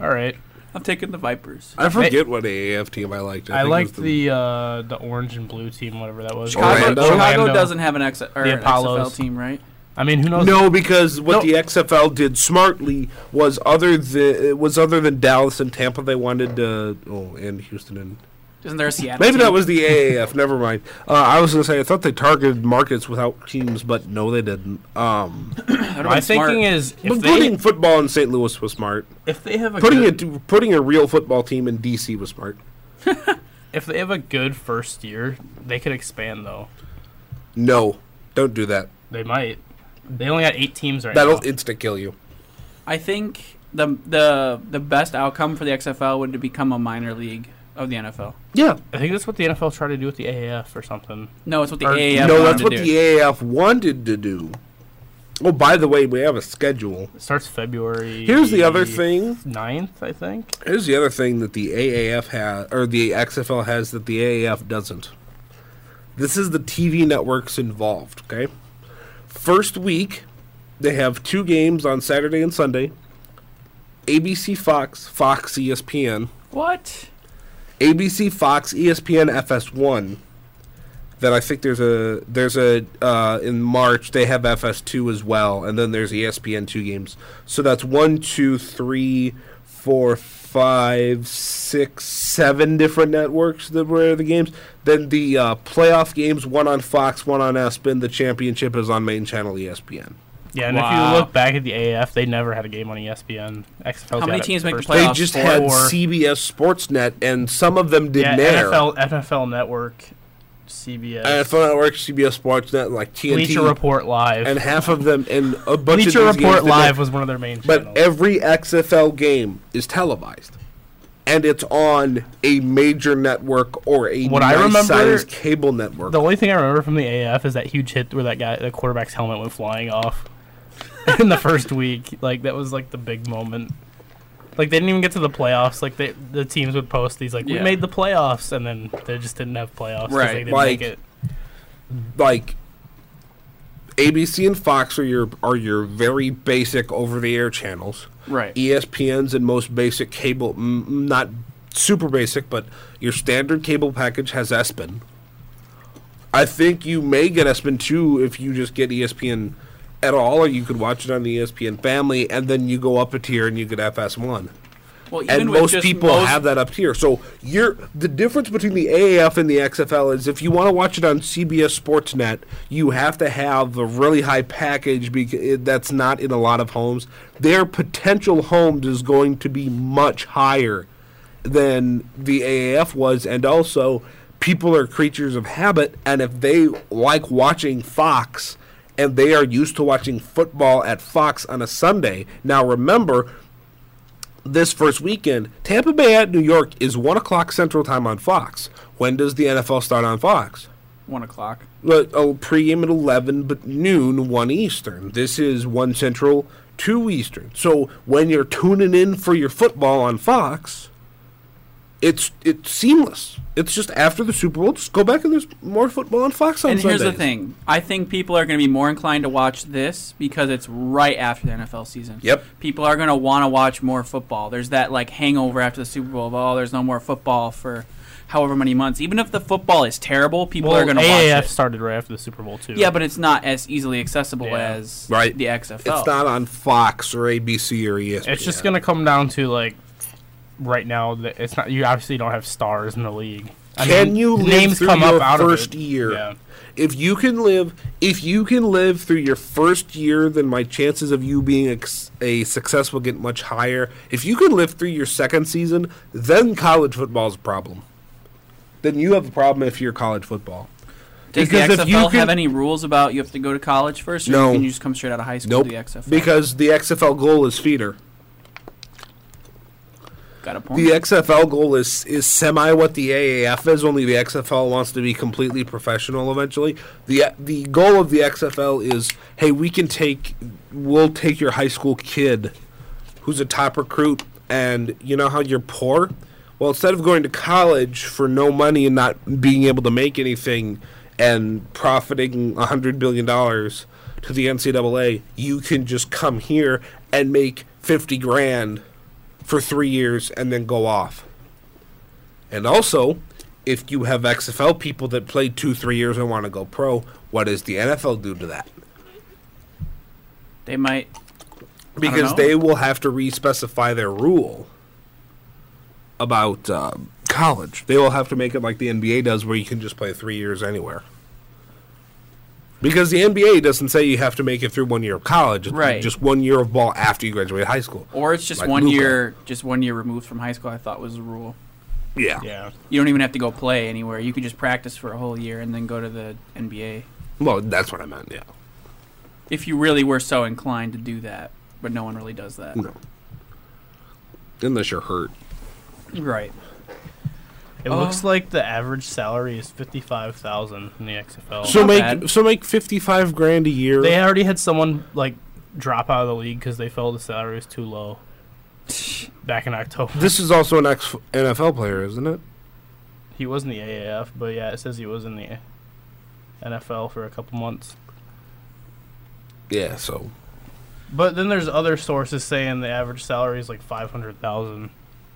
Speaker 1: all right.
Speaker 2: I'm taking the Vipers.
Speaker 3: I forget what AAF team I liked.
Speaker 1: I,
Speaker 3: think it was
Speaker 1: liked the uh, the orange and blue team, whatever that was.
Speaker 2: Chicago,
Speaker 3: Orlando?
Speaker 2: Chicago
Speaker 1: Orlando.
Speaker 2: doesn't have an, X, or
Speaker 1: The
Speaker 2: an
Speaker 1: Apollos.
Speaker 2: XFL team, right?
Speaker 1: I mean, who knows?
Speaker 3: No, because what
Speaker 1: No.
Speaker 3: the XFL did smartly was other than was other than Dallas and Tampa, they wanted to. Oh, and Houston and
Speaker 2: Isn't there a Seattle?
Speaker 3: Maybe
Speaker 2: team?
Speaker 3: that was the AAF. Never mind. Uh, I was going to say I thought they targeted markets without teams, but no, they didn't. Um,
Speaker 2: That would've
Speaker 1: My
Speaker 2: been smart.
Speaker 1: thinking is if
Speaker 3: but putting
Speaker 1: they
Speaker 3: football in St. Louis was smart.
Speaker 1: if they have a
Speaker 3: Putting
Speaker 1: good,
Speaker 3: a putting a real football team in DC was smart.
Speaker 1: if they have a good first year, they could expand though.
Speaker 3: No, don't do that.
Speaker 1: They might. They only got eight teams right
Speaker 3: That'll
Speaker 1: now.
Speaker 3: insta kill you.
Speaker 2: I think the the the best outcome for the XFL would to become a minor league of the NFL.
Speaker 3: Yeah.
Speaker 1: I think that's what the NFL tried to do with the AAF or something.
Speaker 2: No, it's what the
Speaker 1: Or-
Speaker 2: AAF.
Speaker 3: no,
Speaker 2: wanted
Speaker 3: that's
Speaker 2: to
Speaker 3: what
Speaker 2: do.
Speaker 3: the AAF wanted to do. Oh, by the way, we have a schedule.
Speaker 1: It starts February.
Speaker 3: Here's the other thing.
Speaker 1: 9th, I think.
Speaker 3: Here's the other thing that the AAF has, or the XFL has, that the AAF doesn't. This is the TV networks involved, okay? First week, they have two games on Saturday and Sunday ABC Fox, Fox E ESPN,
Speaker 2: What?
Speaker 3: ABC Fox E ESPN FS1. Then I think there's a there's a uh, in March they have FS2 as well, and then there's E ESPN two games. So that's one, two, three, four, five, six, seven different networks that were the games. Then the uh, playoff games, one on Fox, one on ESPN. The championship is on main channel E ESPN.
Speaker 1: Yeah, and if
Speaker 2: Wow.
Speaker 1: you look back at the AAF, they never had a game on E ESPN. XFL.
Speaker 2: How many teams make the
Speaker 1: first-
Speaker 2: playoffs?
Speaker 3: they just
Speaker 2: for-
Speaker 3: had
Speaker 1: four.
Speaker 3: CBS Sportsnet, and some of them didn't
Speaker 1: Yeah,
Speaker 3: air.
Speaker 1: NFL NFL Network CBS.
Speaker 3: And Phone Network, CBS Sportsnet, and like TNT,
Speaker 1: Bleacher Report Live.
Speaker 3: and half of them, and a bunch
Speaker 1: Bleacher
Speaker 3: of these games
Speaker 1: Report
Speaker 3: that
Speaker 1: Live
Speaker 3: they-
Speaker 1: was one of their main
Speaker 3: But
Speaker 1: channels.
Speaker 3: every XFL game is televised, and it's on a major network or a
Speaker 1: What I
Speaker 3: nice
Speaker 1: remember-
Speaker 3: sized cable network.
Speaker 1: the only thing I remember from the AF is that huge hit where that guy, the quarterback's helmet went flying off in the first week. Like that was like the big moment. Like they didn't even get to the playoffs. Like they, the teams would post these like we
Speaker 2: Yeah.
Speaker 1: made the playoffs, and then they just didn't have playoffs. 'cause
Speaker 2: Right,
Speaker 1: They didn't make
Speaker 3: like-
Speaker 1: it.
Speaker 3: like ABC and Fox are your are your very basic over the air channels. E
Speaker 2: Right.
Speaker 3: ESPN's and most basic cable, m- not super basic, but your standard cable package has ESPN. I think you may get ESPN too if you just get E ESPN at all, or you could watch it on E the ESPN family, and then you go up a tier and you get FS1
Speaker 2: Well, even
Speaker 3: and
Speaker 2: with
Speaker 3: most
Speaker 2: just
Speaker 3: people
Speaker 2: most-
Speaker 3: have that up here. So you're the difference between the AAF and the XFL is if you want to watch it on CBS Sportsnet, you have to have a really high package because that's not in a lot of homes. Their potential homes is going to be much higher than the AAF was, and also people are creatures of habit, and if they like watching Fox and they are used to watching football at Fox on a Sunday. Now remember, this first weekend, Tampa Bay at New York is one o'clock Central Time on Fox. When does the NFL start on Fox?
Speaker 2: one o'clock.
Speaker 3: Well, Oh, pregame at eleven, but noon, one Eastern. This is one Central, two Eastern. So when you're tuning in for your football on Fox, it's it's seamless. It's just after the Super Bowl, just go back and there's more football on Fox on
Speaker 2: And here's the
Speaker 3: Sundays.
Speaker 2: thing: I think people are going to be more inclined to watch this because it's right after the NFL season.
Speaker 3: Yep.
Speaker 2: People are going to want to watch more football. There's that like hangover after the Super Bowl of oh, there's no more football for however many months. Even if the football is terrible, people
Speaker 1: Well,
Speaker 2: are going to
Speaker 1: AAF
Speaker 2: watch it.
Speaker 1: started right after the Super Bowl too.
Speaker 2: Yeah, but it's not as easily accessible
Speaker 1: Yeah.
Speaker 2: as
Speaker 3: Right.
Speaker 2: the XFL.
Speaker 3: It's not on Fox or ABC or E ESPN.
Speaker 1: it's just gonna come down to like right now. That it's not. You obviously don't have stars in the league. I
Speaker 3: can
Speaker 1: mean,
Speaker 3: you live
Speaker 1: names
Speaker 3: through
Speaker 1: come
Speaker 3: your
Speaker 1: up out
Speaker 3: first
Speaker 1: of it.
Speaker 3: year?
Speaker 1: Yeah.
Speaker 3: If you can live, if you can live through your first year, then my chances of you being ex- a success will get much higher. If you can live through your second season, then college football's a problem. Then you have a problem if you're college football.
Speaker 2: Does
Speaker 3: Because
Speaker 2: the
Speaker 3: if you
Speaker 2: XFL have
Speaker 3: can-
Speaker 2: any rules about you have to go to college first, or
Speaker 3: No.
Speaker 2: you can just come straight out of high school
Speaker 3: Nope.
Speaker 2: to the XFL?
Speaker 3: Because the XFL goal is feeder.
Speaker 2: got a point.
Speaker 3: The XFL goal is is semi what the AAF is. Only the XFL wants to be completely professional eventually. the The goal of the XFL is, hey, we can take, we'll take your high school kid, who's a top recruit, and you know how you're poor. Well, instead of going to college for no money and not being able to make anything, and profiting a hundred billion dollars to the NCAA, you can just come here and make fifty grand for three years and then go off. And also, if you have XFL people that play two, three years and want to go pro, what does the NFL do to that?
Speaker 2: they might.
Speaker 3: Because
Speaker 2: know.
Speaker 3: they will have to re-specify their rule about uh, college. They will have to make it like the NBA does, where you can just play three years anywhere. Because the NBA doesn't say you have to make it through one year of college, it's
Speaker 2: Right.
Speaker 3: Just one year of ball after you graduate high school.
Speaker 2: Or it's just
Speaker 3: Like
Speaker 2: one
Speaker 3: Luka.
Speaker 2: year, just one year removed from high school. I thought was the rule.
Speaker 3: Yeah.
Speaker 1: Yeah.
Speaker 2: You don't even have to go play anywhere. You could just practice for a whole year and then go to the NBA
Speaker 3: Well, that's what I meant. Yeah.
Speaker 2: if you really were so inclined to do that. But no one really does that.
Speaker 3: No. Unless you're hurt.
Speaker 2: Right.
Speaker 1: It looks like the average salary is fifty five thousand in the XFL.
Speaker 3: So
Speaker 2: Not
Speaker 3: make
Speaker 2: bad.
Speaker 3: so make fifty five grand a year.
Speaker 1: they already had someone like drop out of the league because they felt the salary was too low back in October.
Speaker 3: this is also an ex NFL player, isn't it?
Speaker 1: He was in the AAF, but yeah, it says he was in the NFL for a couple months.
Speaker 3: Yeah. So
Speaker 1: But then there's other sources saying the average salary is like five hundred thousand.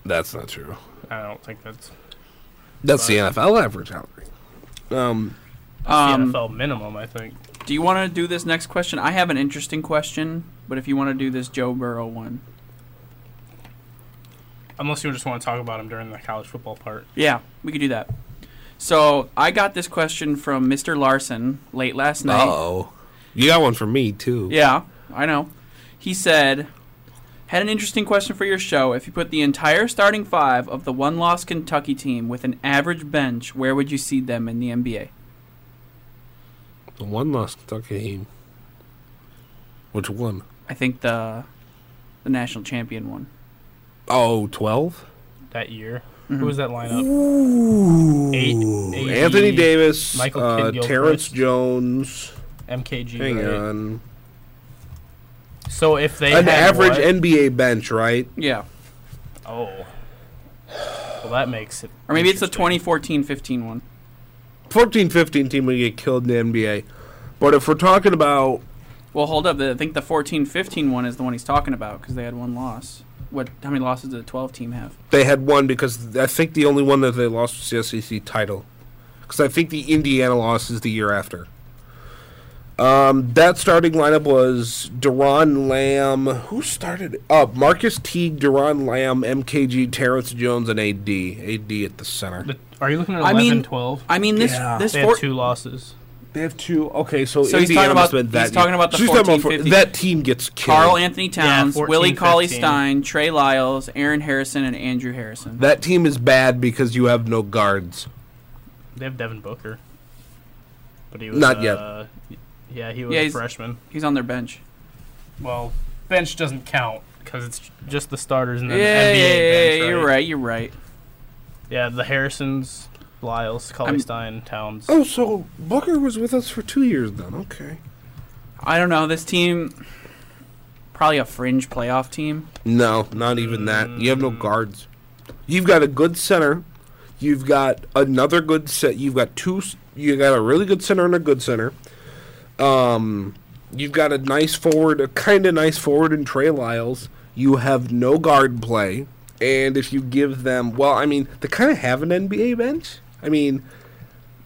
Speaker 3: that's not true. Uh,
Speaker 1: I don't think that's
Speaker 3: That's the NFL average salary. Um.
Speaker 2: Um,
Speaker 1: the NFL minimum. I think.
Speaker 2: do you want to do this next question? I have an interesting question, but if you want to do this Joe Burrow one,
Speaker 1: Unless you just want to talk about him during the college football part.
Speaker 2: yeah, we could do that. So I got this question from Mr. Larson late last night.
Speaker 3: Oh. You got one for me too.
Speaker 2: Yeah, I know. He said, had an interesting question for your show. If you put the entire starting five of the one loss Kentucky team with an average bench, where would you see them in the NBA?
Speaker 3: The one lost Kentucky game. Which one?
Speaker 2: I think the the national champion one.
Speaker 3: Oh, 12?
Speaker 1: that year.
Speaker 3: Mm-hmm.
Speaker 1: Who was that lineup?
Speaker 3: Ooh.
Speaker 1: Eight- eight-
Speaker 3: Anthony Davis,
Speaker 1: Michael
Speaker 3: uh,
Speaker 1: Kidd
Speaker 3: Terrence
Speaker 1: Gilchrist.
Speaker 3: Jones.
Speaker 1: MKG.
Speaker 3: Hang
Speaker 1: right?
Speaker 3: on.
Speaker 1: So if they
Speaker 3: An
Speaker 1: had
Speaker 3: average
Speaker 1: what-
Speaker 3: NBA bench, right?
Speaker 2: Yeah.
Speaker 1: oh, well that makes it.
Speaker 2: Or maybe it's the
Speaker 1: interesting.
Speaker 2: 2014-15 one.
Speaker 3: 14 15 team would get killed in the NBA. But if we're talking about
Speaker 2: Well, hold up. the- I think the 14-15 one is the one he's talking about because they had one loss. What? How many losses did the 12 team have?
Speaker 3: they had one because I think the only one that they lost was the SEC title. Because I think the Indiana loss is the year after. Um, that starting lineup was Deron Lamb. Who started? Uh, Marcus Teague, Deron Lamb, MKG, Terrence Jones, and AD. AD at the center.
Speaker 1: The- are you looking at
Speaker 2: I
Speaker 1: 11,
Speaker 2: mean-
Speaker 1: 12?
Speaker 2: I mean, this
Speaker 3: Yeah.
Speaker 2: this
Speaker 1: They had
Speaker 2: four,
Speaker 1: two losses.
Speaker 3: They have two. Okay, so,
Speaker 2: So he's talking
Speaker 3: Indiana must
Speaker 2: about-
Speaker 3: have been that
Speaker 2: he's
Speaker 3: year.
Speaker 2: talking about the
Speaker 3: So he's talking about
Speaker 2: 14-15.
Speaker 3: that team gets killed.
Speaker 2: Carl Anthony Towns,
Speaker 1: 14,
Speaker 2: Willie
Speaker 1: 15.
Speaker 2: Cauley Stein, Trey Lyles, Aaron Harrison, and Andrew Harrison.
Speaker 3: that team is bad because you have no guards.
Speaker 1: They have Devin Booker, but he was
Speaker 3: Not yet.
Speaker 1: uh, Yeah, he was
Speaker 2: Yeah,
Speaker 1: a
Speaker 2: he's-
Speaker 1: freshman.
Speaker 2: He's on their bench.
Speaker 1: Well, bench doesn't count because it's just the starters and
Speaker 2: Yeah,
Speaker 1: then
Speaker 2: yeah,
Speaker 1: NBA
Speaker 2: yeah,
Speaker 1: bench.
Speaker 2: yeah, you're right. You're right.
Speaker 1: Yeah, the Harrisons, Lyles, Cauley
Speaker 2: I'm-
Speaker 1: Stein, Towns.
Speaker 3: Oh, so Booker was with us for two years then. Okay.
Speaker 2: I don't know. This team, probably a fringe playoff team.
Speaker 3: No, not even that. You have no guards. You've got a good center. You've got another good set. You've got two. s- You got a really good center and a good center. Um, you've got a nice forward, a kind of nice forward in Trey Lyles. You have no guard play, and if you give them, well, I mean, they kind of have an NBA bench. I mean,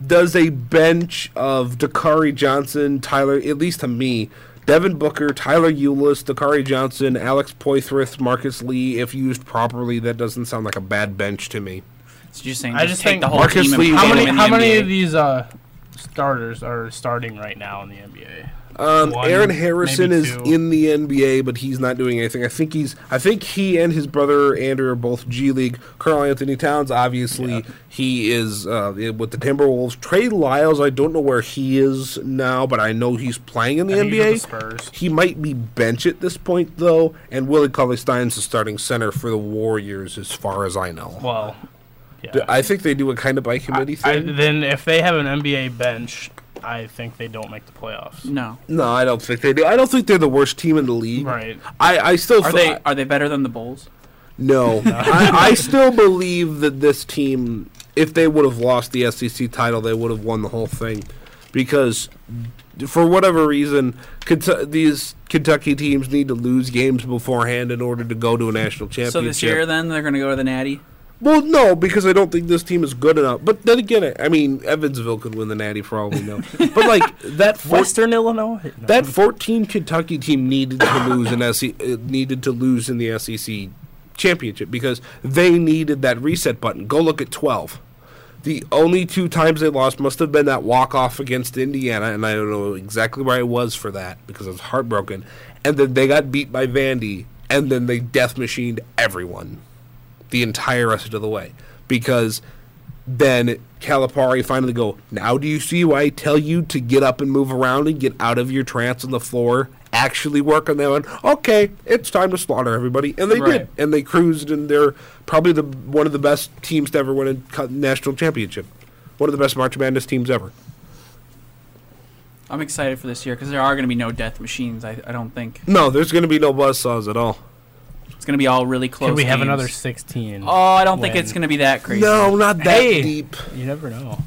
Speaker 3: does a bench of Dakari Johnson, Tyler, at least to me, Devin Booker, Tyler Eulis, Dakari Johnson, Alex Poitras, Marcus Lee, if used properly, that doesn't sound like a bad bench to me.
Speaker 2: So you're saying
Speaker 1: I just
Speaker 2: just take
Speaker 1: think
Speaker 2: the whole
Speaker 3: Marcus
Speaker 2: team.
Speaker 3: Lee-
Speaker 2: and
Speaker 1: How
Speaker 2: put them
Speaker 1: many?
Speaker 2: in the
Speaker 1: How many
Speaker 2: NBA.
Speaker 1: of these uh, starters are starting right now in the NBA?
Speaker 3: Um,
Speaker 1: One,
Speaker 3: Aaron Harrison
Speaker 1: maybe
Speaker 3: is
Speaker 1: two.
Speaker 3: in the NBA, but he's not doing anything. I think he's. I think he and his brother Andrew are both G League. Carl Anthony Towns, obviously, he is uh, with the Timberwolves. Trey Lyles, I don't know where he is now, but I know he's playing in the
Speaker 1: I think he's with
Speaker 3: NBA.
Speaker 1: the Spurs.
Speaker 3: He might be bench at this point though, and Willie Cauley Stein's the starting center for the Warriors, as far as I know.
Speaker 1: Well, yeah.
Speaker 3: Do- I think they do a kind of by committee
Speaker 1: I,
Speaker 3: thing.
Speaker 1: then if they have an NBA bench, I think they don't make the playoffs.
Speaker 2: No.
Speaker 3: no, I don't think they do. I don't think they're the worst team in the league.
Speaker 1: Right.
Speaker 3: I, I still
Speaker 2: Are
Speaker 3: thi-
Speaker 2: they are they better than the Bulls?
Speaker 3: No, I, I still believe that this team, if they would have lost the SEC title, they would have won the whole thing, because for whatever reason, Kentu- these Kentucky teams need to lose games beforehand in order to go to a national championship.
Speaker 2: So this year, then they're going to go to the Natty.
Speaker 3: Well, no, because I don't think this team is good enough. But then again, I- I mean, Evansville could win the Natty for all we know. but like that four-
Speaker 1: Western Illinois. No.
Speaker 3: that fourteen Kentucky team needed to lose in SEC, uh, needed to lose in the SEC championship because they needed that reset button. Go look at twelve. The only two times they lost must have been that walk off against Indiana, and I don't know exactly where I was for that because I was heartbroken. And then they got beat by Vandy, and then they death machined everyone the entire rest of the way because then Calipari finally go, now do you see why I tell you to get up and move around and get out of your trance on the floor? Actually work on that one. Okay, it's time to slaughter everybody, and they
Speaker 2: Right.
Speaker 3: did, and they cruised, and they're probably the one of the best teams to ever win a co- national championship, one of the best March Madness teams ever.
Speaker 2: I'm excited for this year because there are going to be no death machines. I, I don't think
Speaker 3: No, there's going to be no buzzsaws at all.
Speaker 2: it's going to be all really close.
Speaker 1: Could we have
Speaker 2: games.
Speaker 1: another 16?
Speaker 2: Oh, I don't think
Speaker 1: win?
Speaker 2: it's going to be that crazy.
Speaker 3: No, not that
Speaker 1: Hey.
Speaker 3: deep.
Speaker 1: You never know.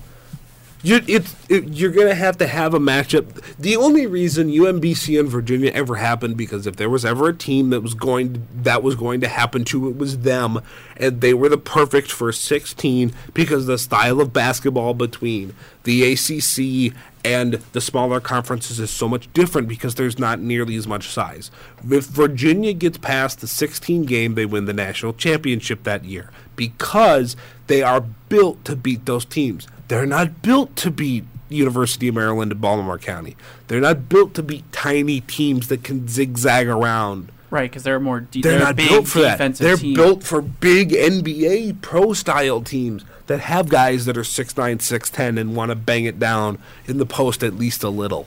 Speaker 3: You, it's, it, you're going to have to have a matchup. The only reason UMBC and Virginia ever happened because if there was ever a team that was going that was going to happen to, it was them, and they were the perfect first 16 because the style of basketball between the ACC and the smaller conferences is so much different because there's not nearly as much size. If Virginia gets past the 16 game, they win the national championship that year because they are built to beat those teams. They're not built to beat University of Maryland and Baltimore County. They're not built to beat tiny teams that can zigzag around.
Speaker 2: Right, because they're more de-
Speaker 3: They're,
Speaker 2: they're a
Speaker 3: not
Speaker 2: big
Speaker 3: built for that.
Speaker 2: defensive
Speaker 3: They're
Speaker 2: team.
Speaker 3: built for big NBA pro style teams. that have guys that are 6'9", 6'10", and want to bang it down in the post at least a little.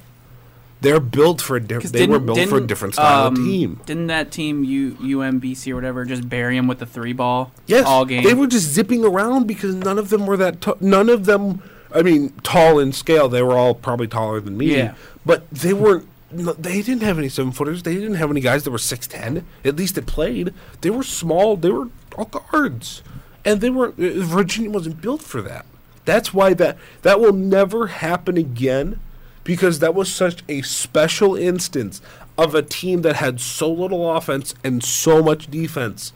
Speaker 3: They're built for a different.
Speaker 2: 'Cause
Speaker 3: They were
Speaker 2: didn't-
Speaker 3: built for a
Speaker 2: didn't,
Speaker 3: different style of
Speaker 2: um,
Speaker 3: team.
Speaker 2: Didn't that team U, UMBC or whatever just bury him with the three ball?
Speaker 3: Yes,
Speaker 2: all game.
Speaker 3: they were just zipping around because none of them were that. T- none of them. I mean, tall in scale. They were all probably taller than me.
Speaker 2: Yeah.
Speaker 3: But they weren't. No, they didn't have any seven footers. They didn't have any guys that were six ten. At least that played. They were small. They were all guards, and they were uh, Virginia wasn't built for that. That's why that that will never happen again, because that was such a special instance of a team that had so little offense and so much defense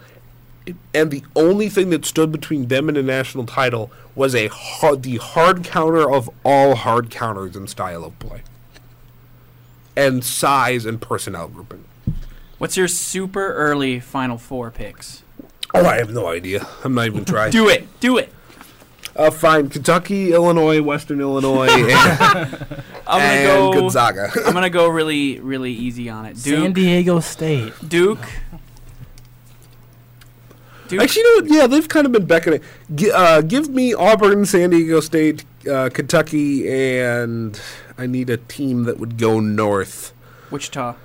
Speaker 3: and the only thing that stood between them and a national title was a hard, the hard counter of all hard counters in style of play, and size and personnel grouping.
Speaker 2: What's your super early Final Four picks?
Speaker 3: Oh, I have no idea. I'm not even trying.
Speaker 2: Do it, do it.
Speaker 3: uh, fine, Kentucky, Illinois, Western Illinois, and,
Speaker 2: I'm gonna
Speaker 3: and
Speaker 2: go.
Speaker 3: Gonzaga.
Speaker 2: I'm gonna go really, really easy on it.
Speaker 1: San
Speaker 2: Duke,
Speaker 1: Diego State.
Speaker 2: Duke. Duke.
Speaker 3: Actually, you know what? Yeah, they've kind of been beckoning. G- uh, give me Auburn, San Diego State, uh, Kentucky, and I need a team that would go north.
Speaker 2: Wichita.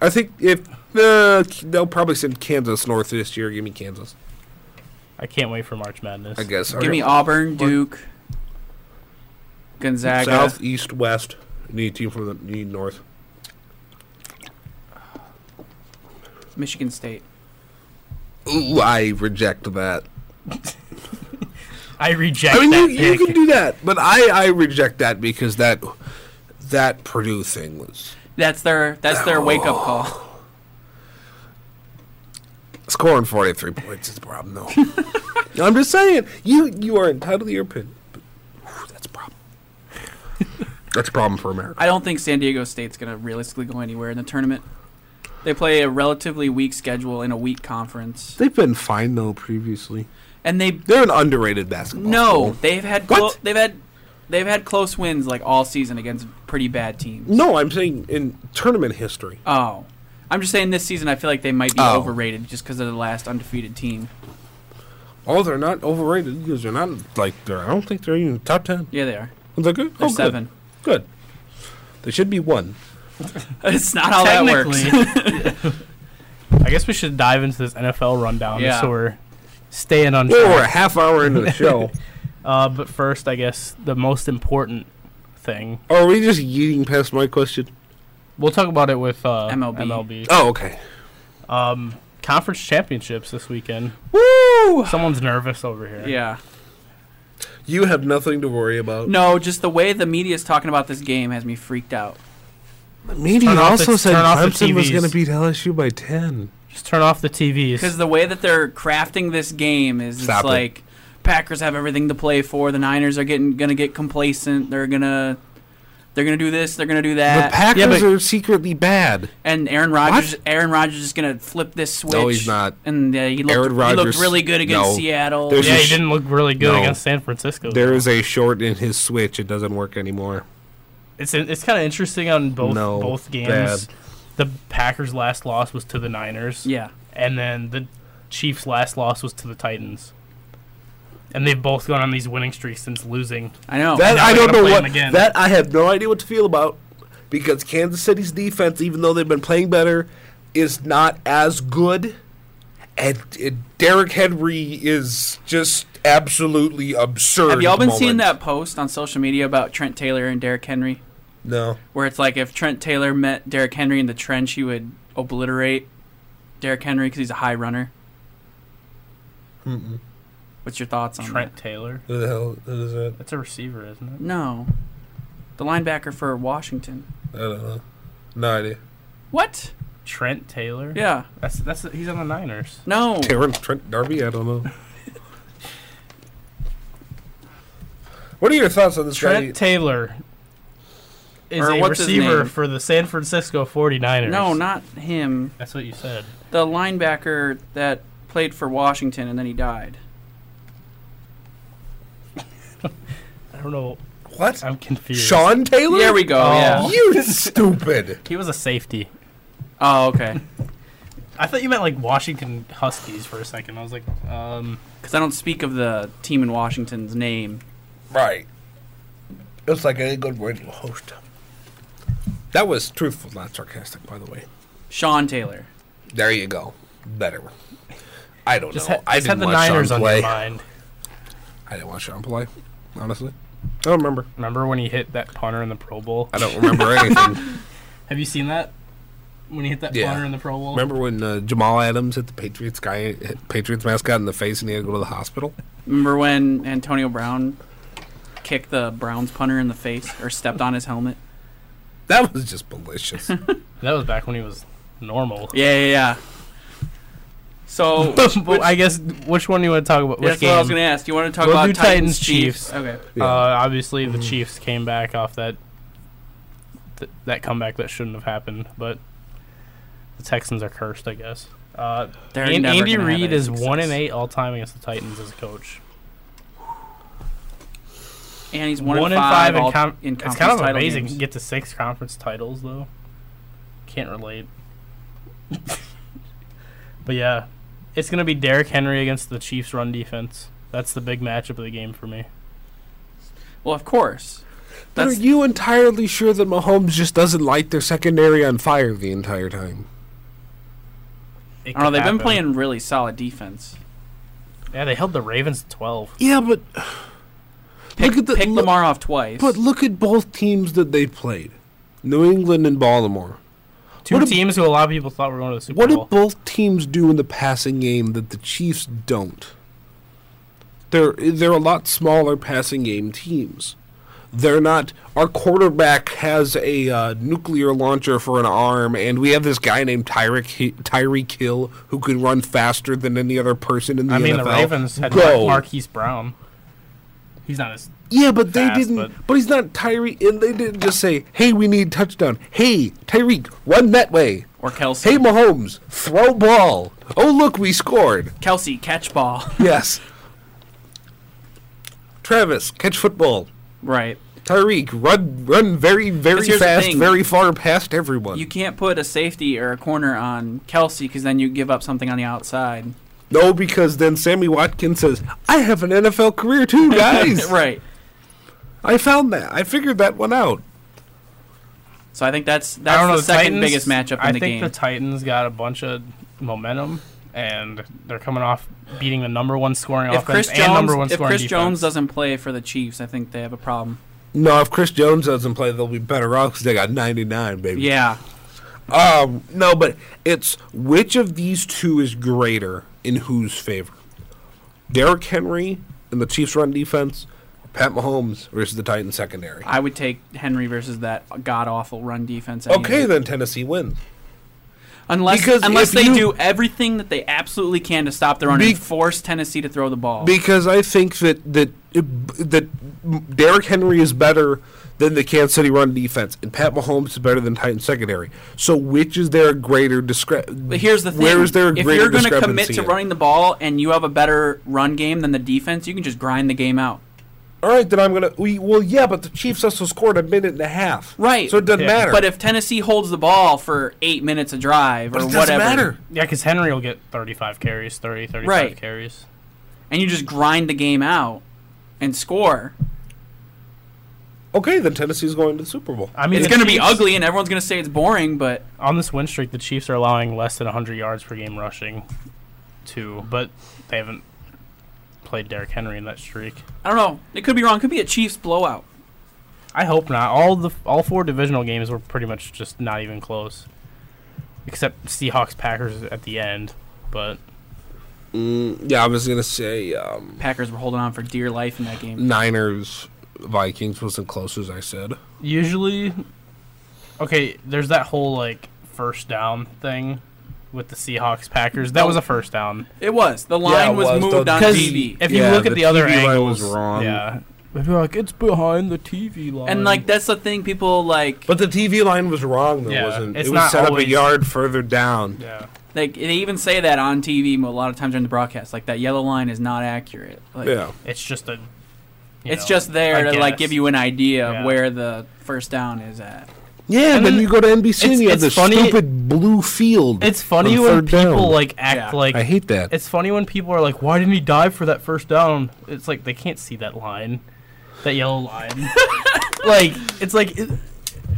Speaker 3: I think if uh, they'll probably send Kansas north this year. Give me Kansas.
Speaker 1: I can't wait for March Madness.
Speaker 3: I guess.
Speaker 2: Give me Auburn, Duke, Gonzaga.
Speaker 3: South, east, west. Need a team from the need north.
Speaker 2: Michigan State.
Speaker 3: Ooh, I reject that.
Speaker 1: I reject
Speaker 3: I mean, you,
Speaker 1: that
Speaker 3: you
Speaker 1: pick.
Speaker 3: can do that, but I, I reject that because that that Purdue thing was
Speaker 2: That's their that's
Speaker 3: Oh.
Speaker 2: their wake up call.
Speaker 3: scoring forty three points is the problem though. I'm just saying you you are entitled to your opinion, but whew, that's a problem. that's a problem for America.
Speaker 2: I don't think San Diego State's gonna realistically go anywhere in the tournament. They play a relatively weak schedule in a weak conference,
Speaker 3: They've been fine though previously.
Speaker 2: and they
Speaker 3: They're an underrated basketball.
Speaker 2: no
Speaker 3: school.
Speaker 2: they've had
Speaker 3: What?
Speaker 2: clo- they've had they've had close wins like all season against pretty bad teams.
Speaker 3: No, I'm saying in tournament history.
Speaker 2: Oh, I'm just saying this season I feel like they might be
Speaker 3: Oh.
Speaker 2: overrated just because they're the last undefeated team.
Speaker 3: Oh, they're not overrated because they're not like they're. I don't think they're even top ten.
Speaker 2: Yeah, they are.
Speaker 3: They're good.
Speaker 2: They're
Speaker 3: oh,
Speaker 2: seven.
Speaker 3: Good. good. They should be one.
Speaker 2: it's not how that works.
Speaker 1: I guess we should dive into this NFL rundown
Speaker 2: Yeah.
Speaker 1: so we're staying on
Speaker 3: Well, we're a
Speaker 1: track.
Speaker 3: half hour into the show.
Speaker 1: Uh, but first, I guess the most important thing.
Speaker 3: Are we just yeeting past my question?
Speaker 1: We'll talk about it with uh,
Speaker 2: MLB.
Speaker 1: MLB.
Speaker 3: Oh, okay.
Speaker 1: Um, conference championships this weekend.
Speaker 3: Woo!
Speaker 1: Someone's nervous over here.
Speaker 2: Yeah.
Speaker 3: You have nothing to worry about.
Speaker 2: No, just the way the media is talking about this game has me freaked out.
Speaker 3: Media
Speaker 1: Turn off also the- said turn off the Clemson was TVs. gonna
Speaker 3: beat LSU by ten.
Speaker 1: Just turn off the TVs.
Speaker 2: Because the way that they're crafting this game is
Speaker 3: Stop it.
Speaker 2: it's like Packers have everything to play for. The Niners are getting gonna get complacent. They're gonna they're gonna do this. They're gonna do that.
Speaker 3: the Packers
Speaker 1: Uh, yeah, but-
Speaker 3: are secretly bad.
Speaker 2: and Aaron Rodgers Aaron Rodgers is gonna flip this switch.
Speaker 3: No, he's not.
Speaker 2: And uh, he, looked,
Speaker 3: Aaron
Speaker 2: he
Speaker 3: Rodgers-
Speaker 2: looked really good against
Speaker 3: no.
Speaker 2: Seattle.
Speaker 3: There's
Speaker 1: yeah,
Speaker 3: a
Speaker 1: he
Speaker 3: sh-
Speaker 1: didn't look really good
Speaker 3: No.
Speaker 1: against San Francisco.
Speaker 3: There is a short in his switch. It doesn't work anymore.
Speaker 1: It's it's kind of interesting on both
Speaker 3: No,
Speaker 1: both games.
Speaker 3: bad.
Speaker 1: The Packers' last loss was to the Niners.
Speaker 2: yeah.
Speaker 1: and then the Chiefs' last loss was to the Titans. And they've both gone on these winning streaks since losing.
Speaker 2: I know.
Speaker 3: That
Speaker 1: now
Speaker 3: I
Speaker 1: we
Speaker 3: don't
Speaker 1: gotta
Speaker 3: know
Speaker 1: play
Speaker 3: what.
Speaker 1: them again.
Speaker 3: That I have no idea what to feel about because Kansas City's defense, even though they've been playing better, is not as good, and, and Derrick Henry is just absolutely absurd.
Speaker 2: Have y'all
Speaker 3: at the
Speaker 2: been seeing
Speaker 3: moment.
Speaker 2: that post on social media about Trent Taylor and Derrick Henry?
Speaker 3: No.
Speaker 2: Where it's like if Trent Taylor met Derrick Henry in the trench, he would obliterate Derrick Henry because he's a high runner.
Speaker 3: Mm-mm.
Speaker 2: What's your thoughts
Speaker 3: Oh,
Speaker 2: on
Speaker 1: Trent Taylor.
Speaker 3: Who the hell is that?
Speaker 1: That's a receiver, isn't
Speaker 2: that?
Speaker 1: it?
Speaker 2: No. The linebacker for Washington.
Speaker 3: I don't know. No idea.
Speaker 2: What?
Speaker 1: Trent Taylor.
Speaker 2: Yeah.
Speaker 1: That's that's he's on the Niners.
Speaker 2: No.
Speaker 3: Terrence Trent Darby. I don't know. what are your thoughts on this
Speaker 1: Trent
Speaker 3: guy?
Speaker 1: Taylor is
Speaker 2: Or
Speaker 1: a
Speaker 2: what's his
Speaker 1: receiver
Speaker 2: name?
Speaker 1: for the San Francisco 49ers.
Speaker 2: No, not him.
Speaker 1: That's what you said.
Speaker 2: The linebacker that played for Washington and then he died.
Speaker 1: I don't know.
Speaker 3: what?
Speaker 1: I'm confused.
Speaker 3: Sean Taylor.
Speaker 2: There we go.
Speaker 1: Oh.
Speaker 2: Yeah.
Speaker 3: You stupid.
Speaker 1: He was a safety.
Speaker 2: Oh, okay.
Speaker 1: I thought you meant like Washington Huskies for a second. I was like, um,
Speaker 2: Because I don't speak of the team in Washington's name.
Speaker 3: Right. It's like any good radio host. That was truthful, not sarcastic, by the way.
Speaker 2: Sean Taylor.
Speaker 3: There you go. Better. I don't
Speaker 1: just,
Speaker 3: know.
Speaker 1: ha-
Speaker 3: I
Speaker 1: just had
Speaker 3: didn't
Speaker 1: the
Speaker 3: watch
Speaker 1: Niners
Speaker 3: Sean
Speaker 1: on
Speaker 3: play.
Speaker 1: your mind.
Speaker 3: I didn't watch Sean play, honestly. I don't remember.
Speaker 1: Remember when he hit that punter in the Pro Bowl?
Speaker 3: I don't remember anything.
Speaker 1: Have you seen that? When he hit that
Speaker 3: Yeah.
Speaker 1: punter in the Pro Bowl?
Speaker 3: Remember when uh, Jamal Adams hit the Patriots guy, hit Patriots mascot in the face, and he had to go to the hospital?
Speaker 2: Remember when Antonio Brown kicked the Browns punter in the face or stepped on his helmet?
Speaker 3: That was just malicious.
Speaker 1: That was back when he was normal.
Speaker 2: Yeah, yeah, yeah. So
Speaker 1: But I guess which one do you want to talk about? Which
Speaker 2: that's
Speaker 1: game?
Speaker 2: what I was gonna ask. Do you want to talk
Speaker 1: We'll
Speaker 2: about
Speaker 1: do
Speaker 2: Titans,
Speaker 1: Titans,
Speaker 2: Chiefs?
Speaker 1: Chiefs.
Speaker 2: Okay.
Speaker 3: Yeah.
Speaker 1: Uh, obviously, the Chiefs came back off that th- that comeback that shouldn't have happened, but the Texans are cursed, I guess. Uh,
Speaker 2: They're
Speaker 1: An-
Speaker 2: never
Speaker 1: Andy
Speaker 2: gonna have
Speaker 1: Reid
Speaker 2: any
Speaker 1: is one
Speaker 2: success.
Speaker 1: and eight all time against the Titans as a coach.
Speaker 2: And he's one,
Speaker 1: one
Speaker 2: and five, all-
Speaker 1: in, com-
Speaker 2: in
Speaker 1: It's
Speaker 2: conference
Speaker 1: kind of
Speaker 2: title
Speaker 1: amazing.
Speaker 2: games.
Speaker 1: Get to six conference titles though. Can't relate. but yeah, it's gonna be Derrick Henry against the Chiefs' run defense. That's the big matchup of the game for me.
Speaker 2: Well, of course.
Speaker 3: But are
Speaker 2: That's
Speaker 3: you entirely sure that Mahomes just doesn't light their secondary on fire the entire time?
Speaker 1: It
Speaker 2: I don't know.
Speaker 1: could
Speaker 2: They've
Speaker 1: happen.
Speaker 2: been playing really solid defense.
Speaker 1: Yeah, they held the Ravens to twelve.
Speaker 3: Yeah, but
Speaker 2: Pick,
Speaker 3: Look at the-
Speaker 2: pick
Speaker 3: look-
Speaker 2: Lamar off twice.
Speaker 3: but look at both teams that they played, New England and Baltimore.
Speaker 1: Two
Speaker 3: What ab-
Speaker 1: teams who a lot of people thought were going to the Super
Speaker 3: What
Speaker 1: Bowl.
Speaker 3: do both teams do in the passing game that the Chiefs don't? They're they're a lot smaller passing game teams. They're not. Our quarterback has a uh, nuclear launcher for an arm, and we have this guy named Tyreek Hi- Tyreek Hill who can run faster than any other person in the
Speaker 1: I mean,
Speaker 3: NFL.
Speaker 1: the Ravens had
Speaker 3: Go.
Speaker 1: Mar- Marquise Brown. He's not as
Speaker 3: Yeah, but they
Speaker 1: fast,
Speaker 3: didn't. But,
Speaker 1: but-
Speaker 3: he's not Tyree, and they didn't just say, "Hey, we need touchdown." Hey, Tyreek, run that way.
Speaker 2: or Kelsey.
Speaker 3: Hey, Mahomes, throw ball. Oh, look, we scored.
Speaker 2: Kelsey, catch ball.
Speaker 3: Yes. Travis, catch football.
Speaker 2: right.
Speaker 3: Tyreek, run, run very, very
Speaker 2: 'Cause here's the
Speaker 3: fast,
Speaker 2: thing.
Speaker 3: very far past everyone.
Speaker 2: You can't put a safety or a corner on Kelsey because then you give up something on the outside.
Speaker 3: no, because then Sammy Watkins says, "I have an NFL career too, guys.
Speaker 2: right.
Speaker 3: I found that. I figured that one out."
Speaker 2: So I think that's
Speaker 1: I
Speaker 2: that's
Speaker 1: don't
Speaker 2: the
Speaker 1: know.
Speaker 2: second
Speaker 1: Titans,
Speaker 2: biggest matchup in
Speaker 1: I
Speaker 2: the
Speaker 1: think
Speaker 2: game.
Speaker 1: the Titans got a bunch of momentum, and they're coming off beating the number one scoring
Speaker 2: if
Speaker 1: offense
Speaker 2: Chris
Speaker 1: and
Speaker 2: Jones,
Speaker 1: number one
Speaker 2: if
Speaker 1: scoring
Speaker 2: Chris
Speaker 1: defense.
Speaker 2: Jones doesn't play for the Chiefs, I think they have a problem.
Speaker 3: No, if Chris Jones doesn't play, they'll be better off because they got 99, baby.
Speaker 2: Yeah.
Speaker 3: Um, no, but it's which of these two is greater in whose favor? Derrick Henry and the Chiefs' run defense, or Pat Mahomes versus the Titans secondary?
Speaker 2: I would take Henry versus that god awful run defense. any
Speaker 3: Okay,
Speaker 2: day.
Speaker 3: then Tennessee wins.
Speaker 2: Unless
Speaker 3: Because
Speaker 2: unless
Speaker 3: if
Speaker 2: they
Speaker 3: you-
Speaker 2: do everything that they absolutely can to stop the run
Speaker 3: Be-
Speaker 2: and force Tennessee to throw the ball.
Speaker 3: Because I think that that that Derrick Henry is better than the Kansas City run defense, and Pat Mahomes is better than Titans secondary. So which is there a greater discrepancy?
Speaker 2: but here's the thing:
Speaker 3: Where is there a
Speaker 2: if
Speaker 3: greater
Speaker 2: you're going to
Speaker 3: discrepancy?
Speaker 2: commit to
Speaker 3: in?
Speaker 2: running the ball and you have a better run game than the defense, you can just grind the game out.
Speaker 3: All right, then I'm gonna. We, well, yeah, but the Chiefs also scored a minute and a half.
Speaker 2: Right.
Speaker 3: So it doesn't
Speaker 1: Yeah.
Speaker 3: matter.
Speaker 2: But if Tennessee holds the ball for eight minutes a drive or
Speaker 3: But it doesn't
Speaker 2: whatever,
Speaker 3: matter.
Speaker 1: yeah, because Henry will get 35 carries, 30, 35
Speaker 2: Right.
Speaker 1: carries.
Speaker 2: and you just grind the game out and score,
Speaker 3: Okay, then Tennessee's going to the Super Bowl.
Speaker 1: I mean,
Speaker 2: it's
Speaker 1: the
Speaker 2: going to be
Speaker 1: Chiefs-
Speaker 2: ugly and everyone's going to say it's boring. But
Speaker 1: On this win streak, the Chiefs are allowing less than 100 yards per game rushing, too, but they haven't played Derrick Henry in that streak.
Speaker 2: I don't know. It could be wrong. It could be a Chiefs blowout.
Speaker 1: I hope not. All the all four divisional games were pretty much just not even close, except Seahawks Packers at the end. But
Speaker 3: Mm, Yeah, I was gonna say um,
Speaker 2: Packers were holding on for dear life in that game.
Speaker 3: Niners Vikings wasn't close as I said.
Speaker 1: usually, okay, there's that whole like first down thing with the Seahawks Packers. That was a first down.
Speaker 2: It was. The line
Speaker 3: it
Speaker 2: was,
Speaker 3: was.
Speaker 2: moved
Speaker 3: The-
Speaker 2: on
Speaker 3: 'Cause
Speaker 2: TV.
Speaker 1: If you
Speaker 3: Yeah,
Speaker 1: look at
Speaker 3: the
Speaker 1: the, other
Speaker 3: TV line was
Speaker 1: angles,
Speaker 3: wrong.
Speaker 1: yeah, they'd be like it's behind the TV line,
Speaker 2: and like that's the thing people like
Speaker 3: But the TV line was wrong. Though,
Speaker 1: Yeah,
Speaker 3: wasn't it?
Speaker 1: it's
Speaker 3: It was
Speaker 1: not
Speaker 3: set up a
Speaker 1: always-
Speaker 3: yard further down.
Speaker 1: yeah,
Speaker 2: like they even say that on TV a lot of times during the broadcast like that yellow line is not accurate. Like,
Speaker 3: Yeah,
Speaker 1: it's just a. you
Speaker 2: It's
Speaker 1: know,
Speaker 2: just there
Speaker 1: I
Speaker 2: to like
Speaker 1: guess.
Speaker 2: give you an idea
Speaker 1: Yeah.
Speaker 2: of where the first down is at.
Speaker 3: Yeah,
Speaker 1: And
Speaker 3: then
Speaker 1: then
Speaker 3: you go to NBC
Speaker 1: it's-
Speaker 3: and you have
Speaker 1: it's
Speaker 3: this
Speaker 1: funny-
Speaker 3: stupid blue field.
Speaker 1: It's funny
Speaker 3: on
Speaker 1: when
Speaker 3: third
Speaker 1: people
Speaker 3: down.
Speaker 1: like act
Speaker 2: Yeah.
Speaker 1: like
Speaker 3: I hate that.
Speaker 1: It's funny when people are like, "Why didn't he dive for that first down?" It's like they can't see that line, that yellow line. like it's like, i-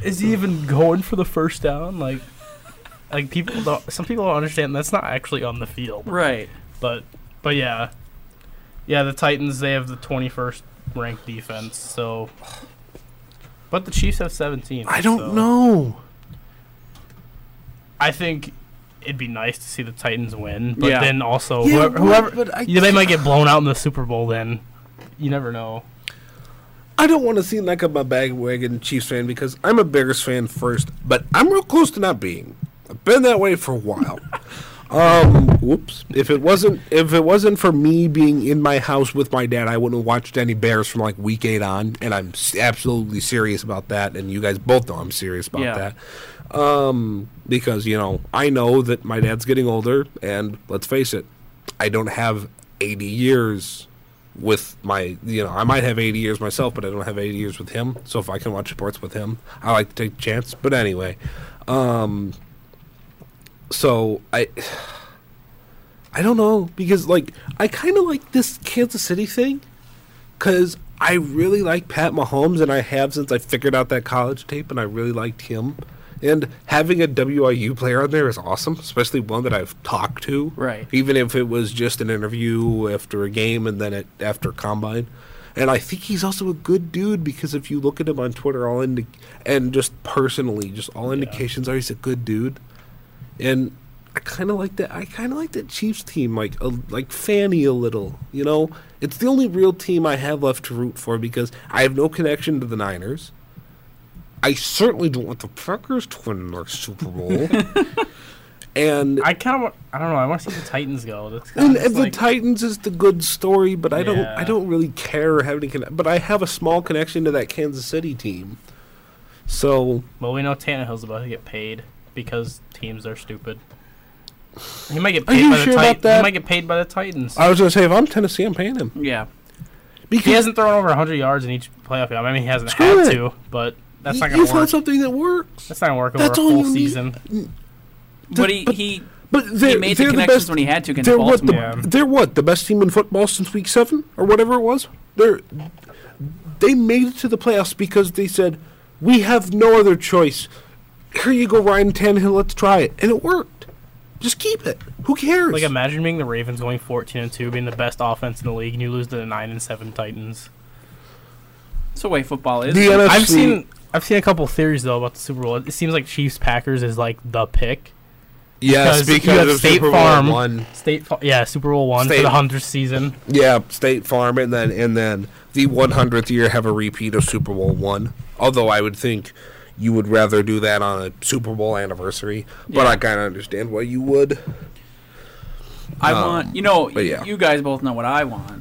Speaker 1: is he even going for the first down? Like, like people, don't, some people don't understand that's not actually on the field.
Speaker 2: Right.
Speaker 1: But, but yeah, yeah. The Titans they have the twenty first ranked defense. So, but the Chiefs have seventeen.
Speaker 3: I don't
Speaker 1: so
Speaker 3: know.
Speaker 1: I think. It'd be nice to see the Titans win, but
Speaker 2: Yeah.
Speaker 1: then also
Speaker 3: Yeah,
Speaker 1: whoever,
Speaker 3: but-
Speaker 1: whoever
Speaker 3: but I
Speaker 1: yeah, they might get blown out in the Super Bowl then. You never know.
Speaker 3: I don't want to seem like I'm a bagwagon Chiefs fan because I'm a Bears fan first, but I'm real close to not being. I've been that way for a while. um, whoops. If it wasn't if it wasn't for me being in my house with my dad, I wouldn't have watched any Bears from like week eight on, and I'm s- absolutely serious about that. And you guys both know I'm serious about
Speaker 2: Yeah.
Speaker 3: that. Um, because you know I know that my dad's getting older, and let's face it, I don't have 80 years with my you know I might have 80 years myself, but I don't have 80 years with him. So if I can watch sports with him, I like to take a chance. But anyway, um, so I. I don't know because like I kind of like this Kansas City thing because I really like Pat Mahomes, and I have since I figured out that college tape, and I really liked him. And having a WIU player on there is awesome, especially one that I've talked to.
Speaker 2: Right.
Speaker 3: Even if it was just an interview after a game and then it, after combine. And I think he's also a good dude because if you look at him on Twitter, all indi- and just personally, just all indications are he's a good dude and I kind of like that. I kind of like that Chiefs team, like a, like Fanny a little. You know, it's the only real team I have left to root for because I have no connection to the Niners. I certainly don't want the Packers to win their Super Bowl. and
Speaker 1: I kind of, I don't know. I want to see the Titans go. That's kinda
Speaker 3: and,
Speaker 1: just
Speaker 3: and the
Speaker 1: like-
Speaker 3: Titans is the good story, but I don't I
Speaker 1: Yeah.
Speaker 3: don't really care or have any conne- But I have a small connection to that Kansas City team. So
Speaker 1: well, we know Tannehill's about to get paid because teams are stupid. He might get
Speaker 3: Are
Speaker 1: paid
Speaker 3: you
Speaker 1: by the
Speaker 3: sure about
Speaker 1: Titans.
Speaker 3: that?
Speaker 1: He might get paid by the Titans.
Speaker 3: I was gonna say if I'm Tennessee, I'm paying him
Speaker 2: Yeah.
Speaker 3: because
Speaker 1: he hasn't thrown over 100 yards in each playoff game. I mean, he hasn't
Speaker 3: Screw
Speaker 1: had
Speaker 3: it.
Speaker 1: to, but that's
Speaker 3: you-
Speaker 1: not
Speaker 3: you
Speaker 1: going to
Speaker 3: found
Speaker 1: work.
Speaker 3: something that works.
Speaker 1: That's not going to work over a
Speaker 3: That's all
Speaker 1: full
Speaker 3: you need.
Speaker 1: season.
Speaker 2: But he
Speaker 3: but-
Speaker 2: he,
Speaker 3: But they're,
Speaker 2: he made the
Speaker 3: they're the
Speaker 2: connections
Speaker 3: best.
Speaker 2: when he had to against
Speaker 3: they're what the,
Speaker 2: Baltimore.
Speaker 1: Yeah.
Speaker 3: they're what the best team in football since week seven or whatever it was. They're they made it to the playoffs because they said we have no other choice. Here you go, Ryan Tannehill. Let's try it, and it worked. Just keep it. Who cares?
Speaker 1: Like, imagine being the Ravens going 14 and 2, being the best offense in the league, and you lose to the 9 and 7 Titans.
Speaker 2: That's the way football is.
Speaker 3: The NFC
Speaker 1: I've seen I've seen a couple theories though about the Super Bowl. It seems like Chiefs Packers is like the pick.
Speaker 3: yes
Speaker 1: because you have State Farm.
Speaker 3: one.
Speaker 1: State, Fa- yeah, Super Bowl one
Speaker 3: State-
Speaker 1: for the hundredth season.
Speaker 3: Yeah, State Farm, and then and then the 100th year have a repeat of Super Bowl one. Although I would think you would rather do that on a Super Bowl anniversary, but I kind of understand why you would.
Speaker 2: I want you know
Speaker 3: Um, but yeah.
Speaker 2: you guys both know what I want.
Speaker 1: Uh,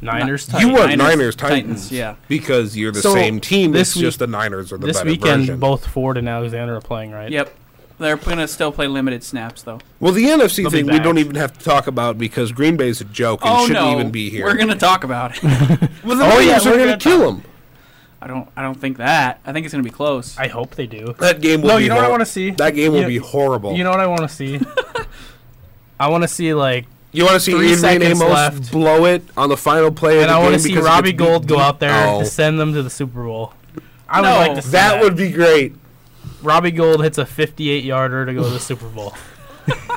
Speaker 1: Niners.
Speaker 2: Ni-
Speaker 1: Titans.
Speaker 3: you want
Speaker 2: Niners,
Speaker 3: Niners,
Speaker 2: Titans,
Speaker 3: Titans,
Speaker 2: yeah.
Speaker 3: because you're the
Speaker 1: So,
Speaker 3: same team.
Speaker 1: this
Speaker 3: It's
Speaker 1: week-
Speaker 3: just the Niners are the
Speaker 1: this
Speaker 3: better
Speaker 1: weekend,
Speaker 3: version.
Speaker 1: both Ford and Alexander are playing, right?
Speaker 2: Yep. They're gonna still play limited snaps though.
Speaker 3: well, the NFC
Speaker 1: They'll be
Speaker 3: thing we
Speaker 1: back.
Speaker 3: don't even have to talk about because Green Bay's a joke and
Speaker 2: oh
Speaker 3: shouldn't
Speaker 2: no,
Speaker 3: even be here.
Speaker 2: we're gonna talk about it.
Speaker 3: well, the
Speaker 1: Oh, yeah,
Speaker 3: Niners
Speaker 1: we're
Speaker 3: are gonna
Speaker 1: gonna
Speaker 3: kill them.
Speaker 2: I don't I don't think that. I think it's gonna be close.
Speaker 1: I hope they do.
Speaker 3: That game will
Speaker 1: No,
Speaker 3: be.
Speaker 1: you know what I
Speaker 3: hor-
Speaker 1: wanna see?
Speaker 3: That game will
Speaker 1: You-
Speaker 3: be horrible.
Speaker 1: You know what I want to see? I want to see like,
Speaker 3: You want to see
Speaker 1: Three
Speaker 3: Ian
Speaker 1: seconds
Speaker 3: Amos
Speaker 1: left.
Speaker 3: blow it on the final play,
Speaker 1: and
Speaker 3: of the
Speaker 1: I want to
Speaker 3: game
Speaker 1: see
Speaker 3: because he
Speaker 1: Robbie
Speaker 3: gets
Speaker 1: Gold
Speaker 3: beat-
Speaker 1: go out there
Speaker 3: Oh,
Speaker 1: to send them to the Super Bowl. I would
Speaker 2: No.
Speaker 1: like to see that,
Speaker 3: that would be great.
Speaker 1: Robbie Gold hits a 58 yarder to go to the Super Bowl.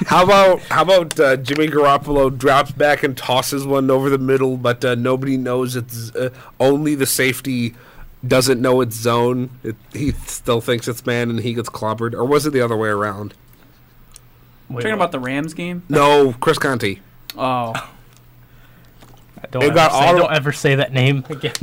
Speaker 3: How about how about uh, Jimmy Garoppolo drops back and tosses one over the middle, but uh, nobody knows it's uh, only the safety doesn't know it's zone. It, he still thinks it's man, and he gets clobbered. Or was it the other way around?
Speaker 1: Wait,
Speaker 2: Talking
Speaker 1: what?
Speaker 2: about the Rams game.
Speaker 3: No, Chris Conti.
Speaker 2: Oh,
Speaker 1: don't,
Speaker 3: They
Speaker 1: ever
Speaker 3: got
Speaker 1: say,
Speaker 3: all-
Speaker 1: don't ever say that name again.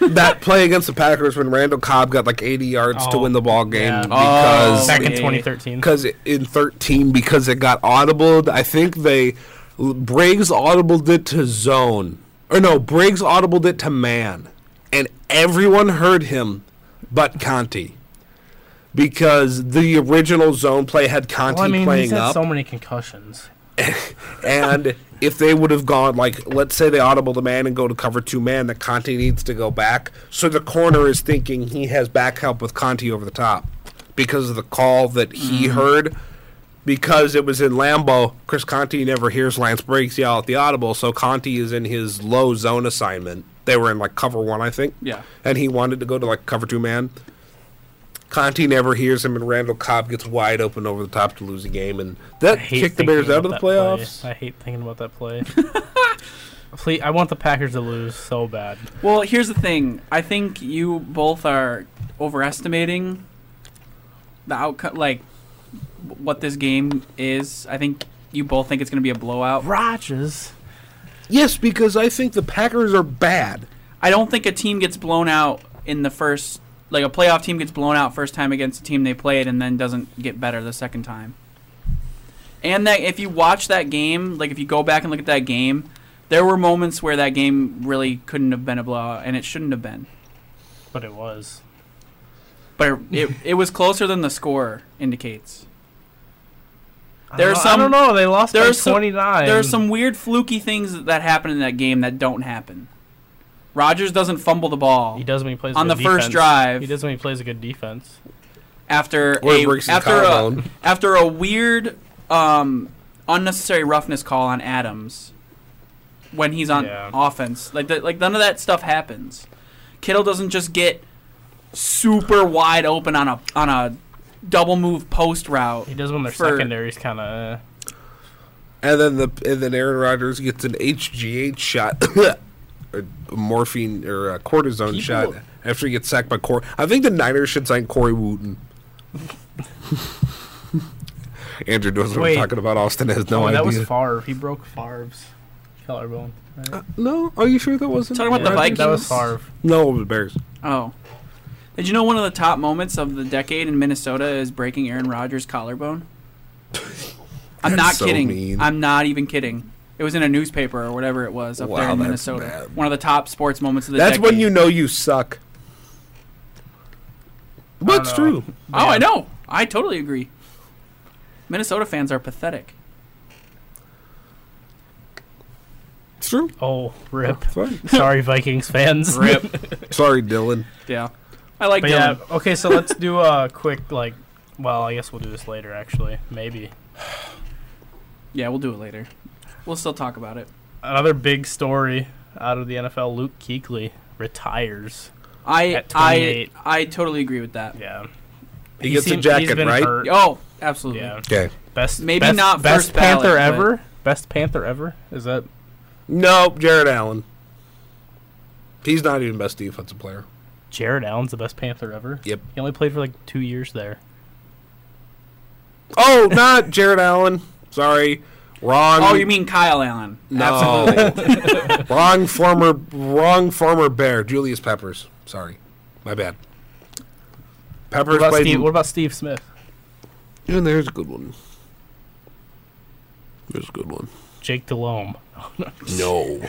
Speaker 3: that play against the Packers when Randall Cobb got like 80 yards to
Speaker 1: Oh,
Speaker 3: win the ball game
Speaker 1: yeah.
Speaker 3: because
Speaker 2: Oh,
Speaker 1: Back in
Speaker 2: yeah.
Speaker 1: 2013.
Speaker 3: because in 13 because it got audibled i think they briggs audibled it to zone or no briggs audibled it to man and everyone heard him but conti because the original zone play had conti
Speaker 1: Well, I mean, he's
Speaker 3: playing
Speaker 1: had
Speaker 3: up
Speaker 1: so many concussions.
Speaker 3: and if they would have gone like let's say they audible the man and go to cover two man that conti needs to go back so the corner is thinking he has back help with conti over the top because of the call that
Speaker 1: Mm.
Speaker 3: he heard. Because it was in Lambeau, Chris Conti never hears Lance Briggs yell at the audible, so Conti is in his low zone assignment. They were in like cover one, I think.
Speaker 2: Yeah.
Speaker 3: And he wanted to go to like cover two man. Conti never hears him, and Randall Cobb gets wide open over the top to lose the game, and that
Speaker 1: I hate
Speaker 3: kicked the
Speaker 1: thinking
Speaker 3: Bears out of the
Speaker 1: about that
Speaker 3: playoffs.
Speaker 1: Play. I hate thinking about that play. Please, I want the Packers to lose so bad.
Speaker 2: Well, here's the thing. I think you both are overestimating the outcome, like what this game is. I think you both think it's going to be a blowout.
Speaker 1: Rogers.
Speaker 3: Yes, because I think the Packers are bad.
Speaker 2: I don't think a team gets blown out in the first, like a playoff team gets blown out first time against a team they played and then doesn't get better the second time. And that if you watch that game, like if you go back and look at that game, there were moments where that game really couldn't have been a blowout and it shouldn't have been.
Speaker 1: But it was.
Speaker 2: But it, it was closer than the score indicates.
Speaker 1: I
Speaker 2: There
Speaker 1: don't
Speaker 2: are
Speaker 1: know- I don't
Speaker 2: some-
Speaker 1: know. They lost
Speaker 2: there
Speaker 1: by
Speaker 2: are some-
Speaker 1: 29.
Speaker 2: There are some weird fluky things that happen in that game that don't happen. Rogers doesn't fumble the ball
Speaker 1: He does when he plays
Speaker 2: On
Speaker 1: good
Speaker 2: the first
Speaker 1: defense.
Speaker 2: drive.
Speaker 1: He does when he plays a good defense.
Speaker 2: after
Speaker 3: Or
Speaker 2: a
Speaker 3: breaks his
Speaker 2: after a,
Speaker 3: collarbone.
Speaker 2: after a weird um, unnecessary roughness call on Adams when he's on
Speaker 1: Yeah.
Speaker 2: offense. Like that like none of that stuff happens. Kittle doesn't just get super wide open on a on a double move post route.
Speaker 1: He does when their
Speaker 2: For-
Speaker 1: secondary's kind of.
Speaker 3: And then the and then Aaron Rodgers gets an HGH shot, or morphine or a cortisone
Speaker 2: People-
Speaker 3: shot after he gets sacked by Corey. I think the Niners should sign Corey Wooten. Andrew knows what
Speaker 1: Wait.
Speaker 3: I'm talking about. Austin has no
Speaker 1: oh,
Speaker 3: idea.
Speaker 1: that was Favre. He broke Favre's collarbone. Right?
Speaker 3: no, are you sure that wasn't
Speaker 2: Talking about the
Speaker 1: Yeah, I think That was
Speaker 2: Vikings?
Speaker 1: Favre.
Speaker 3: No, it was the Bears.
Speaker 2: Oh. Did you know one of the top moments of the decade in Minnesota is breaking Aaron Rodgers' collarbone? I'm
Speaker 3: That's
Speaker 2: not
Speaker 3: so
Speaker 2: kidding.
Speaker 3: mean.
Speaker 2: I'm not even kidding. It was in a newspaper or whatever it was up
Speaker 3: Wow,
Speaker 2: there in
Speaker 3: that's
Speaker 2: Minnesota.
Speaker 3: bad.
Speaker 2: One of the top sports moments of the
Speaker 3: That's
Speaker 2: decade.
Speaker 3: when you know you suck. That's
Speaker 1: know.
Speaker 3: true.
Speaker 2: Oh, I know. I totally agree. Minnesota fans are pathetic.
Speaker 3: It's true.
Speaker 1: Oh, rip.
Speaker 3: It's fine.
Speaker 1: Sorry, Vikings fans.
Speaker 3: Sorry, Dylan.
Speaker 2: yeah. I like
Speaker 1: But
Speaker 2: Dylan.
Speaker 1: yeah, okay, so let's do a quick like. Well, I guess we'll do this later. Actually, maybe
Speaker 2: Yeah, we'll do it later. We'll still talk about it.
Speaker 1: another big story out of the NFL. Luke Kuechly retires.
Speaker 2: I
Speaker 1: At
Speaker 2: I
Speaker 1: 28.
Speaker 2: I totally agree with that.
Speaker 1: Yeah,
Speaker 3: He,
Speaker 1: He
Speaker 3: gets
Speaker 1: seem-
Speaker 3: a
Speaker 1: he's
Speaker 3: jacket,
Speaker 1: been
Speaker 3: right?
Speaker 1: hurt.
Speaker 2: Oh, absolutely.
Speaker 1: Yeah,
Speaker 3: Okay.
Speaker 1: best
Speaker 2: Maybe
Speaker 1: best-
Speaker 2: not
Speaker 1: best
Speaker 2: first ballot,
Speaker 1: Panther
Speaker 2: but-
Speaker 1: ever. Best Panther ever. Is that
Speaker 3: No, Jared Allen. He's not even best defensive player.
Speaker 1: Jared Allen's the best Panther ever?
Speaker 3: Yep.
Speaker 1: He only played for like two years there.
Speaker 3: Oh, not Jared Allen. Sorry, wrong.
Speaker 2: Oh, you mean Kyle Allen?
Speaker 3: no? wrong former, wrong former Bear. Julius Peppers. Sorry, my bad. Peppers
Speaker 1: What about,
Speaker 3: played.
Speaker 1: Steve, what about Steve Smith?
Speaker 3: and there's a good one. There's a good one.
Speaker 1: Jake Delhomme.
Speaker 3: No.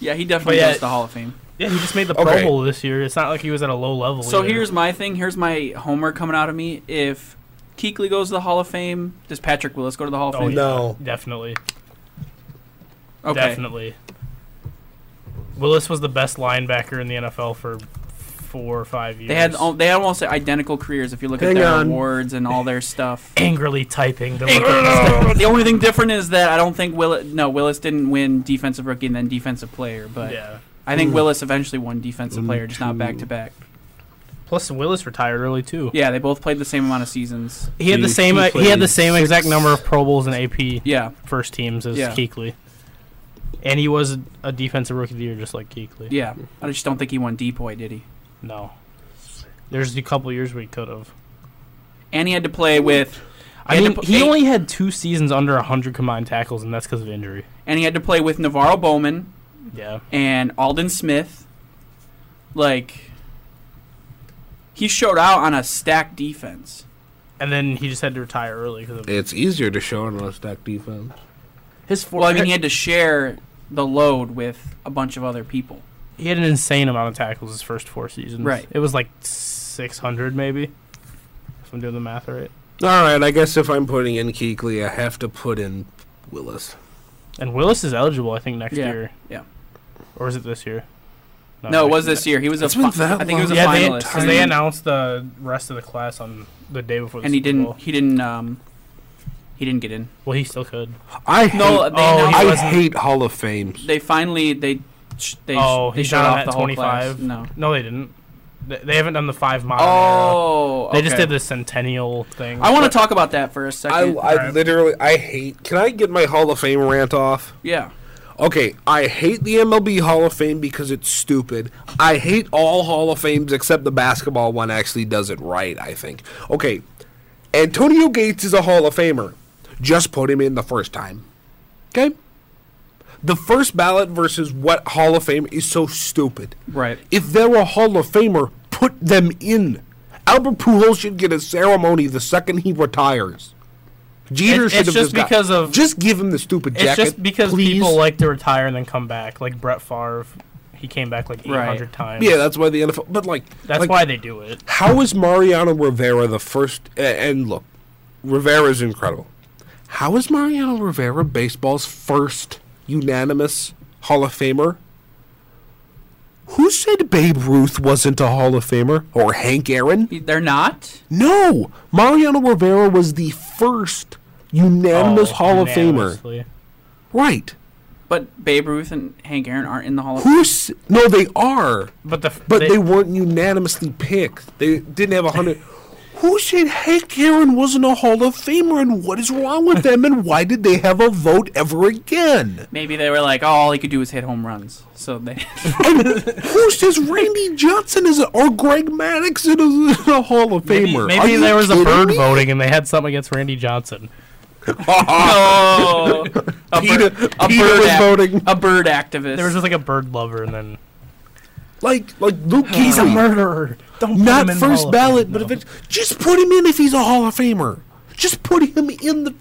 Speaker 2: Yeah, he definitely
Speaker 1: But yeah,
Speaker 2: goes to the Hall of Fame.
Speaker 1: Yeah, he just made the Pro
Speaker 3: Okay.
Speaker 1: Bowl this year. It's not like he was at a low level.
Speaker 2: So
Speaker 1: either.
Speaker 2: here's my thing. Here's my homer coming out of me. If Keekly goes to the Hall of Fame, does Patrick Willis go to the Hall of
Speaker 1: Oh,
Speaker 2: Fame?
Speaker 1: yeah.
Speaker 3: no.
Speaker 1: definitely,
Speaker 2: Okay.
Speaker 1: definitely. Willis was the best linebacker in the NFL for four or five years.
Speaker 2: They had al- they had almost identical careers if you look
Speaker 3: Hang
Speaker 2: at their
Speaker 3: on.
Speaker 2: awards and all their stuff.
Speaker 1: angrily typing. To look at this.
Speaker 2: the only thing different is that I don't think Willis no Willis didn't win defensive rookie and then defensive player, but
Speaker 1: Yeah.
Speaker 2: I
Speaker 3: Hmm.
Speaker 2: think Willis eventually won defensive player, just not back to back.
Speaker 1: Plus, Willis retired early too.
Speaker 2: Yeah, they both played the same amount of seasons.
Speaker 1: He had the
Speaker 3: He-
Speaker 1: same.
Speaker 3: he
Speaker 1: He had the
Speaker 3: played
Speaker 1: same exact number of Pro Bowls and AP
Speaker 2: Yeah,
Speaker 1: first teams as
Speaker 2: Yeah.
Speaker 1: Kuechly. And he was a defensive rookie of the year, just like Kuechly.
Speaker 2: yeah. I just don't think he won depoy, did he?
Speaker 1: No. There's a couple years where he could have.
Speaker 2: And he had to play with.
Speaker 1: I
Speaker 2: had to
Speaker 1: mean,
Speaker 2: put
Speaker 1: he
Speaker 2: eight-
Speaker 1: only had two seasons under 100 combined tackles, and that's because of injury.
Speaker 2: and he had to play with Navarro Bowman,
Speaker 1: Yeah.
Speaker 2: and Alden Smith. Like, he showed out on a stacked defense.
Speaker 1: And then he just had to retire early because of
Speaker 3: It's easier to show on a stacked defense.
Speaker 1: his four.
Speaker 2: Well, I mean, he had to share the load with a bunch of other people.
Speaker 1: he had an insane amount of tackles his first four seasons.
Speaker 2: Right.
Speaker 1: It was like 600 maybe. If I'm doing the math right.
Speaker 3: All right, I guess if I'm putting in Keekly, I have to put in Willis.
Speaker 1: And Willis is eligible, I think, next
Speaker 2: Yeah.
Speaker 1: year.
Speaker 2: Yeah.
Speaker 1: Or is it this year?
Speaker 2: No, it was
Speaker 1: actually.
Speaker 2: this year. He was a.
Speaker 3: It's been
Speaker 2: fi-
Speaker 3: that
Speaker 2: I think he was a
Speaker 3: long.
Speaker 1: Yeah, they,
Speaker 2: finalist.
Speaker 1: 'cause they announced the rest of the class on the day before. The
Speaker 2: and he
Speaker 1: Super Bowl.
Speaker 2: didn't. He didn't. Um, he didn't get in.
Speaker 1: Well, he still could.
Speaker 3: I hate,
Speaker 2: No, they
Speaker 1: Oh, he
Speaker 2: announced-
Speaker 3: I
Speaker 1: wasn't-
Speaker 3: hate Hall of Fames.
Speaker 2: They finally they. sh- They, sh-
Speaker 1: oh,
Speaker 2: they
Speaker 1: he's
Speaker 2: shut
Speaker 1: not on
Speaker 2: off the
Speaker 1: that
Speaker 2: whole class.
Speaker 1: 25.
Speaker 2: No.
Speaker 1: No, they didn't. They, they haven't done the five mile.
Speaker 2: Oh,
Speaker 1: They just
Speaker 2: okay.
Speaker 1: did the centennial thing.
Speaker 2: I want to talk about that for a
Speaker 3: I,
Speaker 2: second.
Speaker 3: I literally I hate. Can I get my Hall of Fame rant off?
Speaker 2: yeah.
Speaker 3: Okay, I hate the MLB Hall of Fame because it's stupid. I hate all Hall of Fames except the basketball one actually does it right, I think. Okay, Antonio Gates is a Hall of Famer. Just put him in the first time. Okay? The first ballot versus what Hall of Fame is so stupid.
Speaker 2: Right.
Speaker 3: If they're a Hall of Famer, put them in. Albert Pujols should get a ceremony the second he retires. Jeter
Speaker 1: It's-
Speaker 3: should
Speaker 1: it's
Speaker 3: have
Speaker 1: just
Speaker 3: got-
Speaker 1: because of-
Speaker 3: just give him the stupid
Speaker 1: It's
Speaker 3: jacket.
Speaker 1: just because
Speaker 3: please.
Speaker 1: people like to retire and then come back. Like Brett Favre, he came back like 800
Speaker 2: Right.
Speaker 1: times.
Speaker 3: Yeah, that's why the NFL. But like,
Speaker 1: that's
Speaker 3: like,
Speaker 1: why they do it.
Speaker 3: How is Mariano Rivera the first? a- And look, Rivera's incredible. How is Mariano Rivera baseball's first unanimous Hall of Famer? Who said Babe Ruth wasn't a Hall of Famer or Hank Aaron?
Speaker 2: They're not.
Speaker 3: No, Mariano Rivera was the first unanimous
Speaker 1: Oh,
Speaker 3: Hall of Famer.
Speaker 1: unanimously.
Speaker 3: Right?
Speaker 2: But Babe Ruth and Hank Aaron aren't in the Hall of Fame.
Speaker 3: Who's? No, they are.
Speaker 1: But the f-
Speaker 3: But they,
Speaker 1: they
Speaker 3: weren't unanimously picked. They didn't have a hundred. Who said Hank Aaron wasn't a Hall of Famer, and what is wrong with them, and why did they have a vote ever again?
Speaker 2: Maybe they were like, oh, all he could do is hit home runs. So they.
Speaker 3: Who says Randy Johnson is a, or Greg Maddox is a, a Hall of
Speaker 1: Maybe,
Speaker 3: Famer? Are
Speaker 1: maybe
Speaker 3: you
Speaker 1: there was a
Speaker 3: kidding
Speaker 1: bird
Speaker 3: me?
Speaker 1: voting and they had something against Randy Johnson.
Speaker 2: oh, a
Speaker 3: Peter-
Speaker 2: bird, a
Speaker 3: Peter
Speaker 2: bird
Speaker 3: was
Speaker 2: ac-
Speaker 3: voting.
Speaker 2: A bird activist.
Speaker 1: There was just like a bird lover and then
Speaker 3: Like like Luke He's
Speaker 1: murderer. Don't
Speaker 3: not first ballot, but if it's just put him in if he's a Hall of Famer. Just put him in the.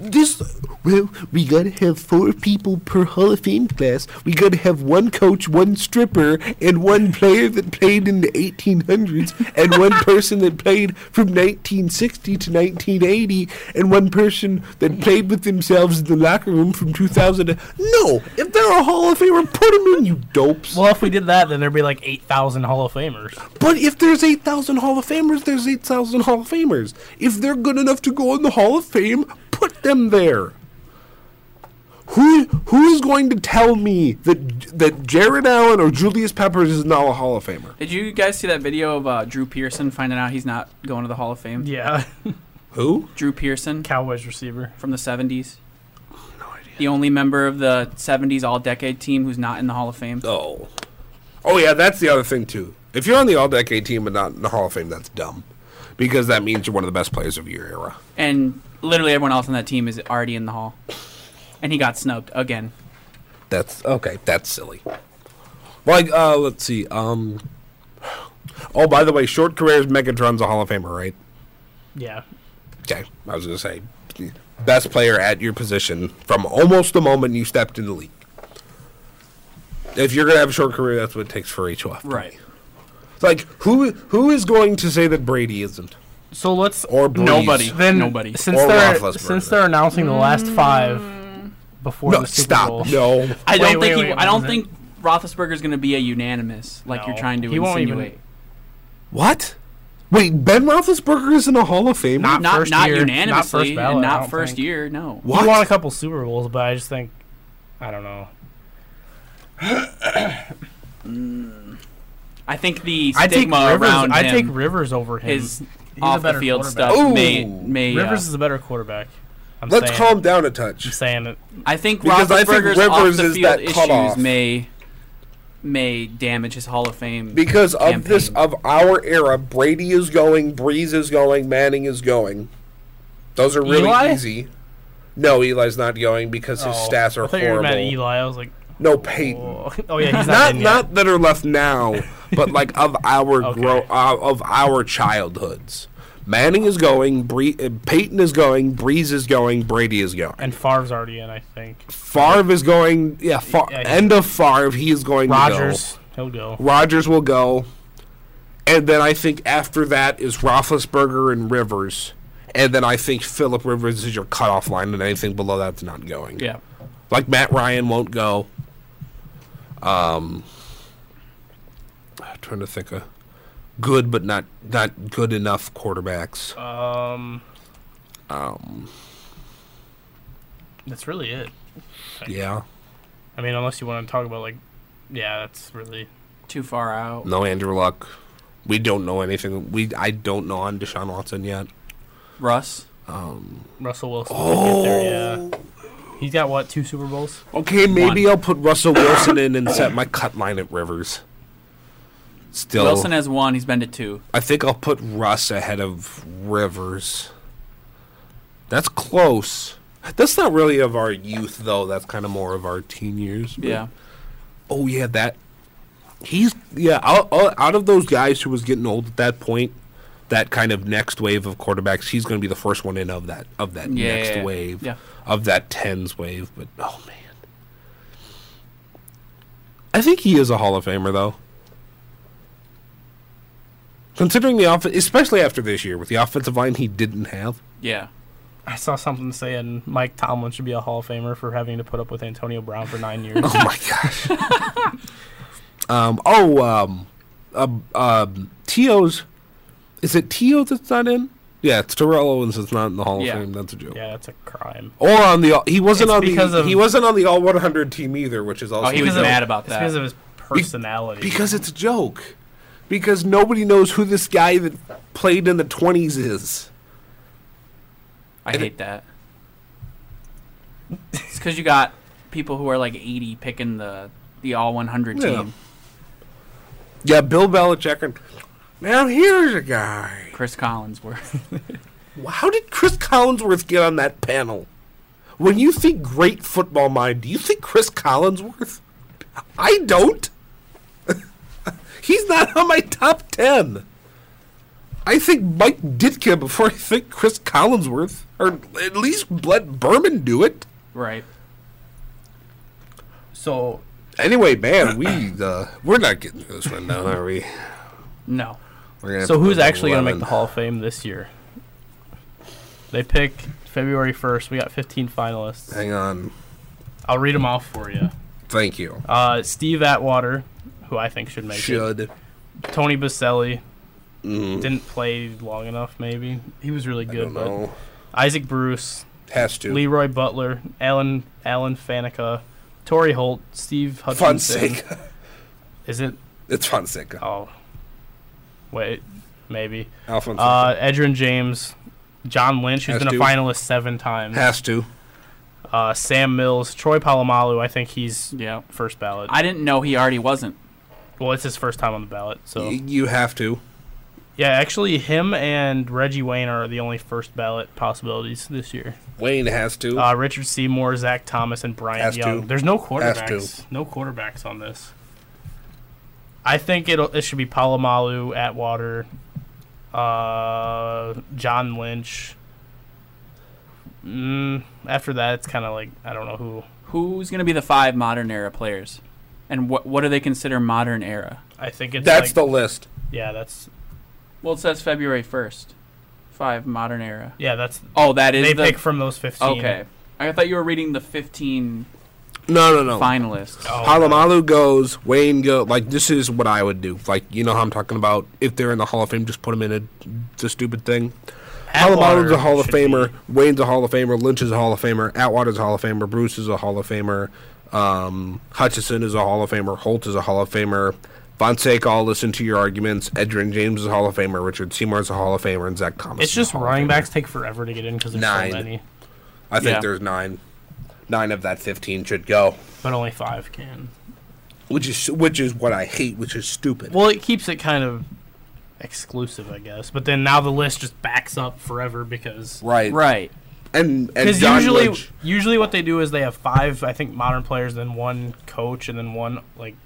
Speaker 3: This well, we gotta have four people per Hall of Fame class. We gotta have one coach, one stripper, and one player that played in the 1800s, and one person that played from 1960 to 1980, and one person that played with themselves in the locker room from 2000. No, if they're a Hall of Famer, put him in, you dopes.
Speaker 1: well, if we did that, then there'd be like eight thousand Hall of Famers.
Speaker 3: But if there's 8,000 Hall of Famers, there's 8,000 Hall of Famers. If they're good enough to go in the Hall of Fame, put them there. Who who is going to tell me that that Jared Allen or Julius Peppers is not a Hall of Famer?
Speaker 2: Did you guys see that video of uh, Drew Pearson finding out he's not going to the Hall of Fame?
Speaker 1: Yeah,
Speaker 3: Who?
Speaker 2: Drew Pearson
Speaker 1: Cowboys receiver.
Speaker 2: from the 70s. The only member of the 70s all decade team who's not in the Hall of Fame.
Speaker 3: Oh. Oh yeah, that's the other thing too. If you're on the All-Decade team but not in the Hall of Fame, that's dumb. Because that means you're one of the best players of your era.
Speaker 2: And literally everyone else on that team is already in the Hall. And he got snubbed again.
Speaker 3: That's okay. That's silly. Like, uh, let's see. Um. Oh, by the way, short careers. Megatron's a Hall of Famer, right?
Speaker 1: Yeah,
Speaker 3: Okay, I was gonna say, best player at your position from almost the moment you stepped in the league. If you're gonna have a short career, that's what it takes for each one. Like, who who is going to say that Brady isn't?
Speaker 1: So let's
Speaker 3: Or Breeze?
Speaker 2: Nobody.
Speaker 1: then
Speaker 2: Nobody.
Speaker 1: since
Speaker 3: Or
Speaker 1: they're
Speaker 3: Roethlisberger.
Speaker 1: since they're announcing the last five before
Speaker 3: No,
Speaker 1: the Super
Speaker 3: stop.
Speaker 1: Bowl.
Speaker 3: No.
Speaker 2: I
Speaker 1: Wait,
Speaker 2: don't
Speaker 1: wait,
Speaker 2: think he,
Speaker 1: wait,
Speaker 2: I don't
Speaker 1: wasn't
Speaker 2: think Roethlisberger's going to be a unanimous like you're
Speaker 1: No,
Speaker 2: trying to
Speaker 1: he won't even-
Speaker 2: insinuate.
Speaker 3: What? Wait, Ben Roethlisberger isn't a Hall of Famer.
Speaker 1: Not
Speaker 2: Not
Speaker 1: first
Speaker 2: not
Speaker 1: year, not
Speaker 2: unanimously
Speaker 1: first ballot,
Speaker 2: and
Speaker 1: I
Speaker 2: not
Speaker 1: don't
Speaker 2: first
Speaker 1: think.
Speaker 2: year, no.
Speaker 3: what?
Speaker 1: He won a couple Super Bowls, but I just think I don't know.
Speaker 2: I think the
Speaker 1: I take
Speaker 2: stigma
Speaker 1: Rivers.
Speaker 2: around
Speaker 1: I
Speaker 2: him
Speaker 1: take Rivers over him.
Speaker 2: is
Speaker 1: He's a
Speaker 2: off the
Speaker 1: better
Speaker 2: field
Speaker 1: quarterback.
Speaker 2: stuff
Speaker 3: Ooh.
Speaker 2: may may uh,
Speaker 1: Rivers is a better quarterback. I'm
Speaker 3: Let's
Speaker 1: saying,
Speaker 3: calm down a
Speaker 1: I'm
Speaker 3: touch.
Speaker 1: saying it.
Speaker 2: I think
Speaker 3: Because I think
Speaker 2: Roethlisberger's
Speaker 3: Rivers
Speaker 2: off the
Speaker 3: is
Speaker 2: field
Speaker 3: that
Speaker 2: issues
Speaker 3: cutoff.
Speaker 2: may may damage his Hall of Fame
Speaker 3: Because of this,
Speaker 2: campaign.
Speaker 3: of our era, Brady is going, Breeze is going, Manning is going. Those are really
Speaker 1: Eli?
Speaker 3: easy. No, Eli's not going because his
Speaker 1: Oh,
Speaker 3: stats are
Speaker 1: I thought you were mad at
Speaker 3: horrible.
Speaker 1: Eli. I was like,
Speaker 3: No, Peyton.
Speaker 1: oh, oh yeah, he's not
Speaker 3: Not
Speaker 1: in yet.
Speaker 3: not that are left now, but like of our
Speaker 1: Okay.
Speaker 3: grow uh, of our childhoods. Manning is going, Bree- uh, Peyton is going, Breeze is going, Brady is going.
Speaker 1: And Favre's already in, I think.
Speaker 3: Favre is going. Yeah, Far-
Speaker 1: Yeah, he-
Speaker 3: end of Favre, he is going. to go.
Speaker 1: Rogers, he'll go.
Speaker 3: Rodgers will go, and then I think after that is Roethlisberger and Rivers, and then I think Philip Rivers is your cutoff line, and anything below that's not going.
Speaker 2: yeah.
Speaker 3: like Matt Ryan won't go. Um, trying to think of good but not not good enough quarterbacks.
Speaker 1: Um,
Speaker 3: Um,
Speaker 1: that's really it.
Speaker 3: yeah.
Speaker 1: I mean, unless you want to talk about like, yeah, that's really
Speaker 2: Too far out.
Speaker 3: No Andrew Luck. We don't know anything. We I don't know on Deshaun Watson yet.
Speaker 2: Russ.
Speaker 3: Um,
Speaker 1: Russell Wilson.
Speaker 3: oh.
Speaker 1: would get there, yeah. He's got what two Super Bowls?
Speaker 3: Okay, maybe I'll put Russell Wilson in and set my cut line at Rivers. Still,
Speaker 2: Wilson has one. He's been to two.
Speaker 3: I think I'll put Russ ahead of Rivers. That's close. That's not really of our youth though. That's kind of more of our teen years. but-
Speaker 2: Yeah.
Speaker 3: Oh yeah, that. He's yeah. Out, out out of those guys who was getting old at that point, that kind of next wave of quarterbacks, he's going to be the first one in of that of that
Speaker 2: Yeah,
Speaker 3: next
Speaker 2: yeah, yeah.
Speaker 3: wave
Speaker 2: Yeah.
Speaker 3: of that tens wave. But oh man, I think he is a Hall of Famer though. Considering the offense, especially after this year with the offensive line he didn't have.
Speaker 2: Yeah.
Speaker 1: I saw something saying Mike Tomlin should be a Hall of Famer for having to put up with Antonio Brown for nine years.
Speaker 3: Oh my gosh. um. Oh. Um. Um. um To's. Is it Tio that's not in? Yeah, it's Terrell Owens that's not in the Hall
Speaker 2: Yeah.
Speaker 3: of Fame. That's a joke.
Speaker 1: yeah, that's a crime.
Speaker 3: Or on the he wasn't
Speaker 1: It's
Speaker 3: on
Speaker 1: because
Speaker 3: the
Speaker 1: of- Oh,
Speaker 3: he wasn't on the All 100 team either, which is also
Speaker 2: he
Speaker 3: a
Speaker 2: was
Speaker 3: joke.
Speaker 2: mad about
Speaker 1: it's
Speaker 2: that.
Speaker 1: because of his personality.
Speaker 3: because it's a joke. Because nobody knows who this guy that played in the 20s is.
Speaker 2: I hate that. it's because you got people who are like 80 picking the the all 100
Speaker 3: Yeah.
Speaker 2: team.
Speaker 3: Yeah, Bill Belichick. And, now here's a guy.
Speaker 2: Chris Collinsworth.
Speaker 3: How did Chris Collinsworth get on that panel? When you think great football mind, do you think Chris Collinsworth? I don't. He's not on my top 10. I think Mike Ditka before I think Chris Collinsworth, or at least let Berman do it.
Speaker 2: right.
Speaker 1: so
Speaker 3: Anyway, man, we uh, we're not getting through this one now, are we?
Speaker 2: No.
Speaker 3: We're gonna have
Speaker 1: So
Speaker 3: to
Speaker 1: who's
Speaker 3: go to
Speaker 1: actually going to make
Speaker 3: 11.
Speaker 1: the Hall of Fame this year? They pick February 1st. We got 15 finalists.
Speaker 3: Hang on,
Speaker 1: I'll read them all for you.
Speaker 3: thank you.
Speaker 1: Uh, Steve Atwater, who I think should make
Speaker 3: Should
Speaker 1: it. Tony Baselli
Speaker 3: Mm,
Speaker 1: didn't play long enough. Maybe he was really
Speaker 3: I
Speaker 1: good,
Speaker 3: don't
Speaker 1: but
Speaker 3: know.
Speaker 1: Isaac Bruce,
Speaker 3: Has to.
Speaker 1: Leroy Butler, Alan Alan Faneca, Torrey Holt, Steve Hutchinson.
Speaker 3: Fonseca.
Speaker 1: Is it?
Speaker 3: It's Fonseca.
Speaker 1: Oh, wait, maybe.
Speaker 3: Alfonso
Speaker 1: Uh, Edrin James, John Lynch, who's
Speaker 3: Has
Speaker 1: been
Speaker 3: to.
Speaker 1: a finalist seven times.
Speaker 3: has to.
Speaker 1: Uh, Sam Mills, Troy Polamalu. I think he's
Speaker 2: Yeah.
Speaker 1: first ballot.
Speaker 2: I didn't know he already wasn't.
Speaker 1: well, it's his first time on the ballot, so
Speaker 3: Y- you have to.
Speaker 1: yeah. Actually, him and Reggie Wayne are the only first ballot possibilities this year.
Speaker 3: Wayne has to.
Speaker 1: Uh, Richard Seymour, Zach Thomas, and Brian
Speaker 3: Has
Speaker 1: Young.
Speaker 3: to.
Speaker 1: There's no
Speaker 3: Has to.
Speaker 1: quarterbacks. No quarterbacks on this. I think it'll it should be Palomalu, Atwater, uh, John Lynch. Mm, after that, it's kind of like I don't know who.
Speaker 2: Who's going to be the five modern era players? And what what do they consider modern era?
Speaker 1: I think it's
Speaker 3: That's
Speaker 1: like-
Speaker 3: the list.
Speaker 1: yeah. That's
Speaker 2: Well, it says February 1st. Five modern era.
Speaker 1: yeah. That's
Speaker 2: Oh, that is
Speaker 1: they
Speaker 2: the
Speaker 1: pick from those fifteen.
Speaker 2: Okay. I thought you were reading the 15
Speaker 3: No, no, no.
Speaker 2: finalists.
Speaker 1: Oh,
Speaker 3: Palomalu goes. Wayne go. Like this is what I would do. Like you know how I'm talking about. If they're in the Hall of Fame, just put them in a the stupid thing.
Speaker 1: Atwater
Speaker 3: Palomalu's a Hall of
Speaker 1: should be-
Speaker 3: Famer. Wayne's a Hall of Famer. Lynch is a Hall of Famer. Atwater's a Hall of Famer. Bruce is a Hall of Famer. Um, Hutchison is a Hall of Famer. Holt is a Hall of Famer. Fonseca, I'll listen to your arguments. Edrin James is a Hall of Famer. Richard Seymour is a Hall of Famer. And Zach Thomas.
Speaker 1: It's
Speaker 3: is a
Speaker 1: just
Speaker 3: Hall of
Speaker 1: running
Speaker 3: Famer.
Speaker 1: backs take forever to get in because there's
Speaker 3: Nine.
Speaker 1: so many,
Speaker 3: I think
Speaker 2: Yeah.
Speaker 3: there's nine. Nine of that fifteen should go,
Speaker 1: but only five can.
Speaker 3: which is which is what I hate, which is stupid.
Speaker 1: Well, it keeps it kind of exclusive, I guess. But then now the list just backs up forever because
Speaker 3: right,
Speaker 2: Right.
Speaker 3: and and
Speaker 1: because
Speaker 3: John
Speaker 1: usually
Speaker 3: Lynch-
Speaker 1: usually what they do is they have five, I think, modern players, then one coach, and then one like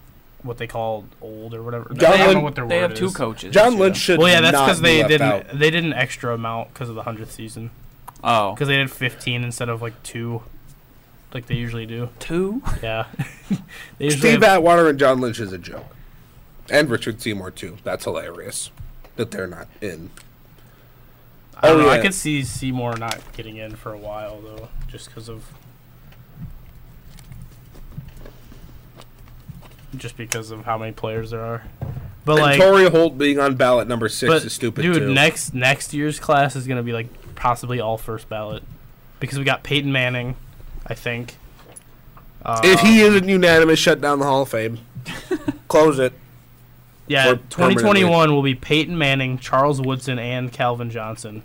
Speaker 1: what they call old or whatever.
Speaker 3: John
Speaker 1: I don't know
Speaker 3: Lynch-
Speaker 1: what their
Speaker 2: They
Speaker 1: word
Speaker 2: have two
Speaker 1: is.
Speaker 2: coaches.
Speaker 3: John
Speaker 2: Yeah.
Speaker 3: Lynch should.
Speaker 1: Well, yeah, that's
Speaker 3: not
Speaker 1: because they
Speaker 3: left
Speaker 1: didn't
Speaker 3: out.
Speaker 1: they did an extra amount because of the hundredth season
Speaker 2: Oh.
Speaker 1: because they did fifteen instead of like two, like they usually do.
Speaker 2: Two?
Speaker 1: Yeah, they usually
Speaker 3: Steve
Speaker 1: have-
Speaker 3: Atwater and John Lynch is a joke, and Richard Seymour too. That's hilarious that they're not in.
Speaker 1: I don't
Speaker 3: Oh,
Speaker 1: know. I
Speaker 3: yeah.
Speaker 1: could see Seymour not getting in for a while though, just because of just because of how many players there are. But like,
Speaker 3: and Torrey Holt being on ballot number six
Speaker 1: but
Speaker 3: is stupid
Speaker 1: dude,
Speaker 3: too.
Speaker 1: next next year's class is gonna be like possibly all first ballot because we got Peyton Manning, I think. Uh,
Speaker 3: if he isn't unanimous, shut down the Hall of Fame. Close it.
Speaker 1: yeah,
Speaker 3: or
Speaker 1: 2021 will be Peyton Manning, Charles Woodson, and Calvin Johnson.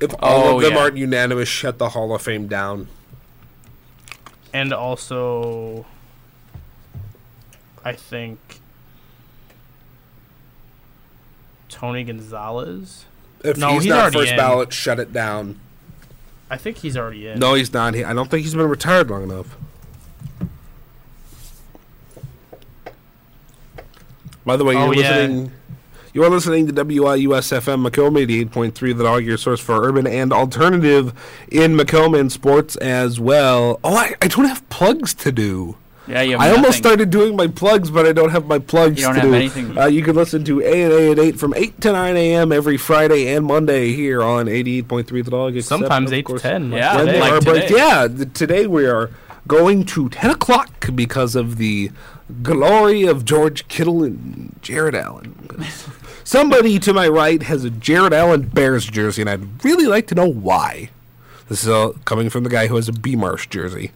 Speaker 3: If all
Speaker 2: Oh,
Speaker 3: of them
Speaker 2: yeah.
Speaker 3: aren't unanimous, shut the Hall of Fame down.
Speaker 1: and also I think Tony Gonzalez.
Speaker 3: If
Speaker 1: No,
Speaker 3: he's,
Speaker 1: he's
Speaker 3: not
Speaker 1: already
Speaker 3: first
Speaker 1: in.
Speaker 3: ballot, shut it down.
Speaker 1: I think he's already in.
Speaker 3: No, he's not. He, I don't think he's been retired long enough. By the way,
Speaker 1: Oh,
Speaker 3: you're
Speaker 1: yeah.
Speaker 3: listening. You are listening to WIUS FM Macomb 88.3, the dog your source for urban and alternative in Macomb and sports as well. Oh, I, I don't have plugs to do.
Speaker 2: Yeah, you have
Speaker 3: I almost
Speaker 2: nothing.
Speaker 3: started doing my plugs, but I don't have my plugs.
Speaker 2: You don't
Speaker 3: to
Speaker 2: have
Speaker 3: do.
Speaker 2: anything.
Speaker 3: Uh, you can listen to A and A at eight from eight to nine a.m. every Friday and Monday here on eighty-eight point three The Dog. except,
Speaker 1: Sometimes
Speaker 3: of
Speaker 1: eight to
Speaker 3: course,
Speaker 1: ten. like
Speaker 2: Yeah,
Speaker 3: when
Speaker 1: today.
Speaker 3: they
Speaker 2: like
Speaker 3: are break-
Speaker 2: today.
Speaker 3: yeah, th- today we are going to ten o'clock because of the glory of George Kittle and Jared Allen. Somebody to my right has a Jared Allen Bears jersey, and I'd really like to know why. This is all coming from the guy who has a B Marsh jersey.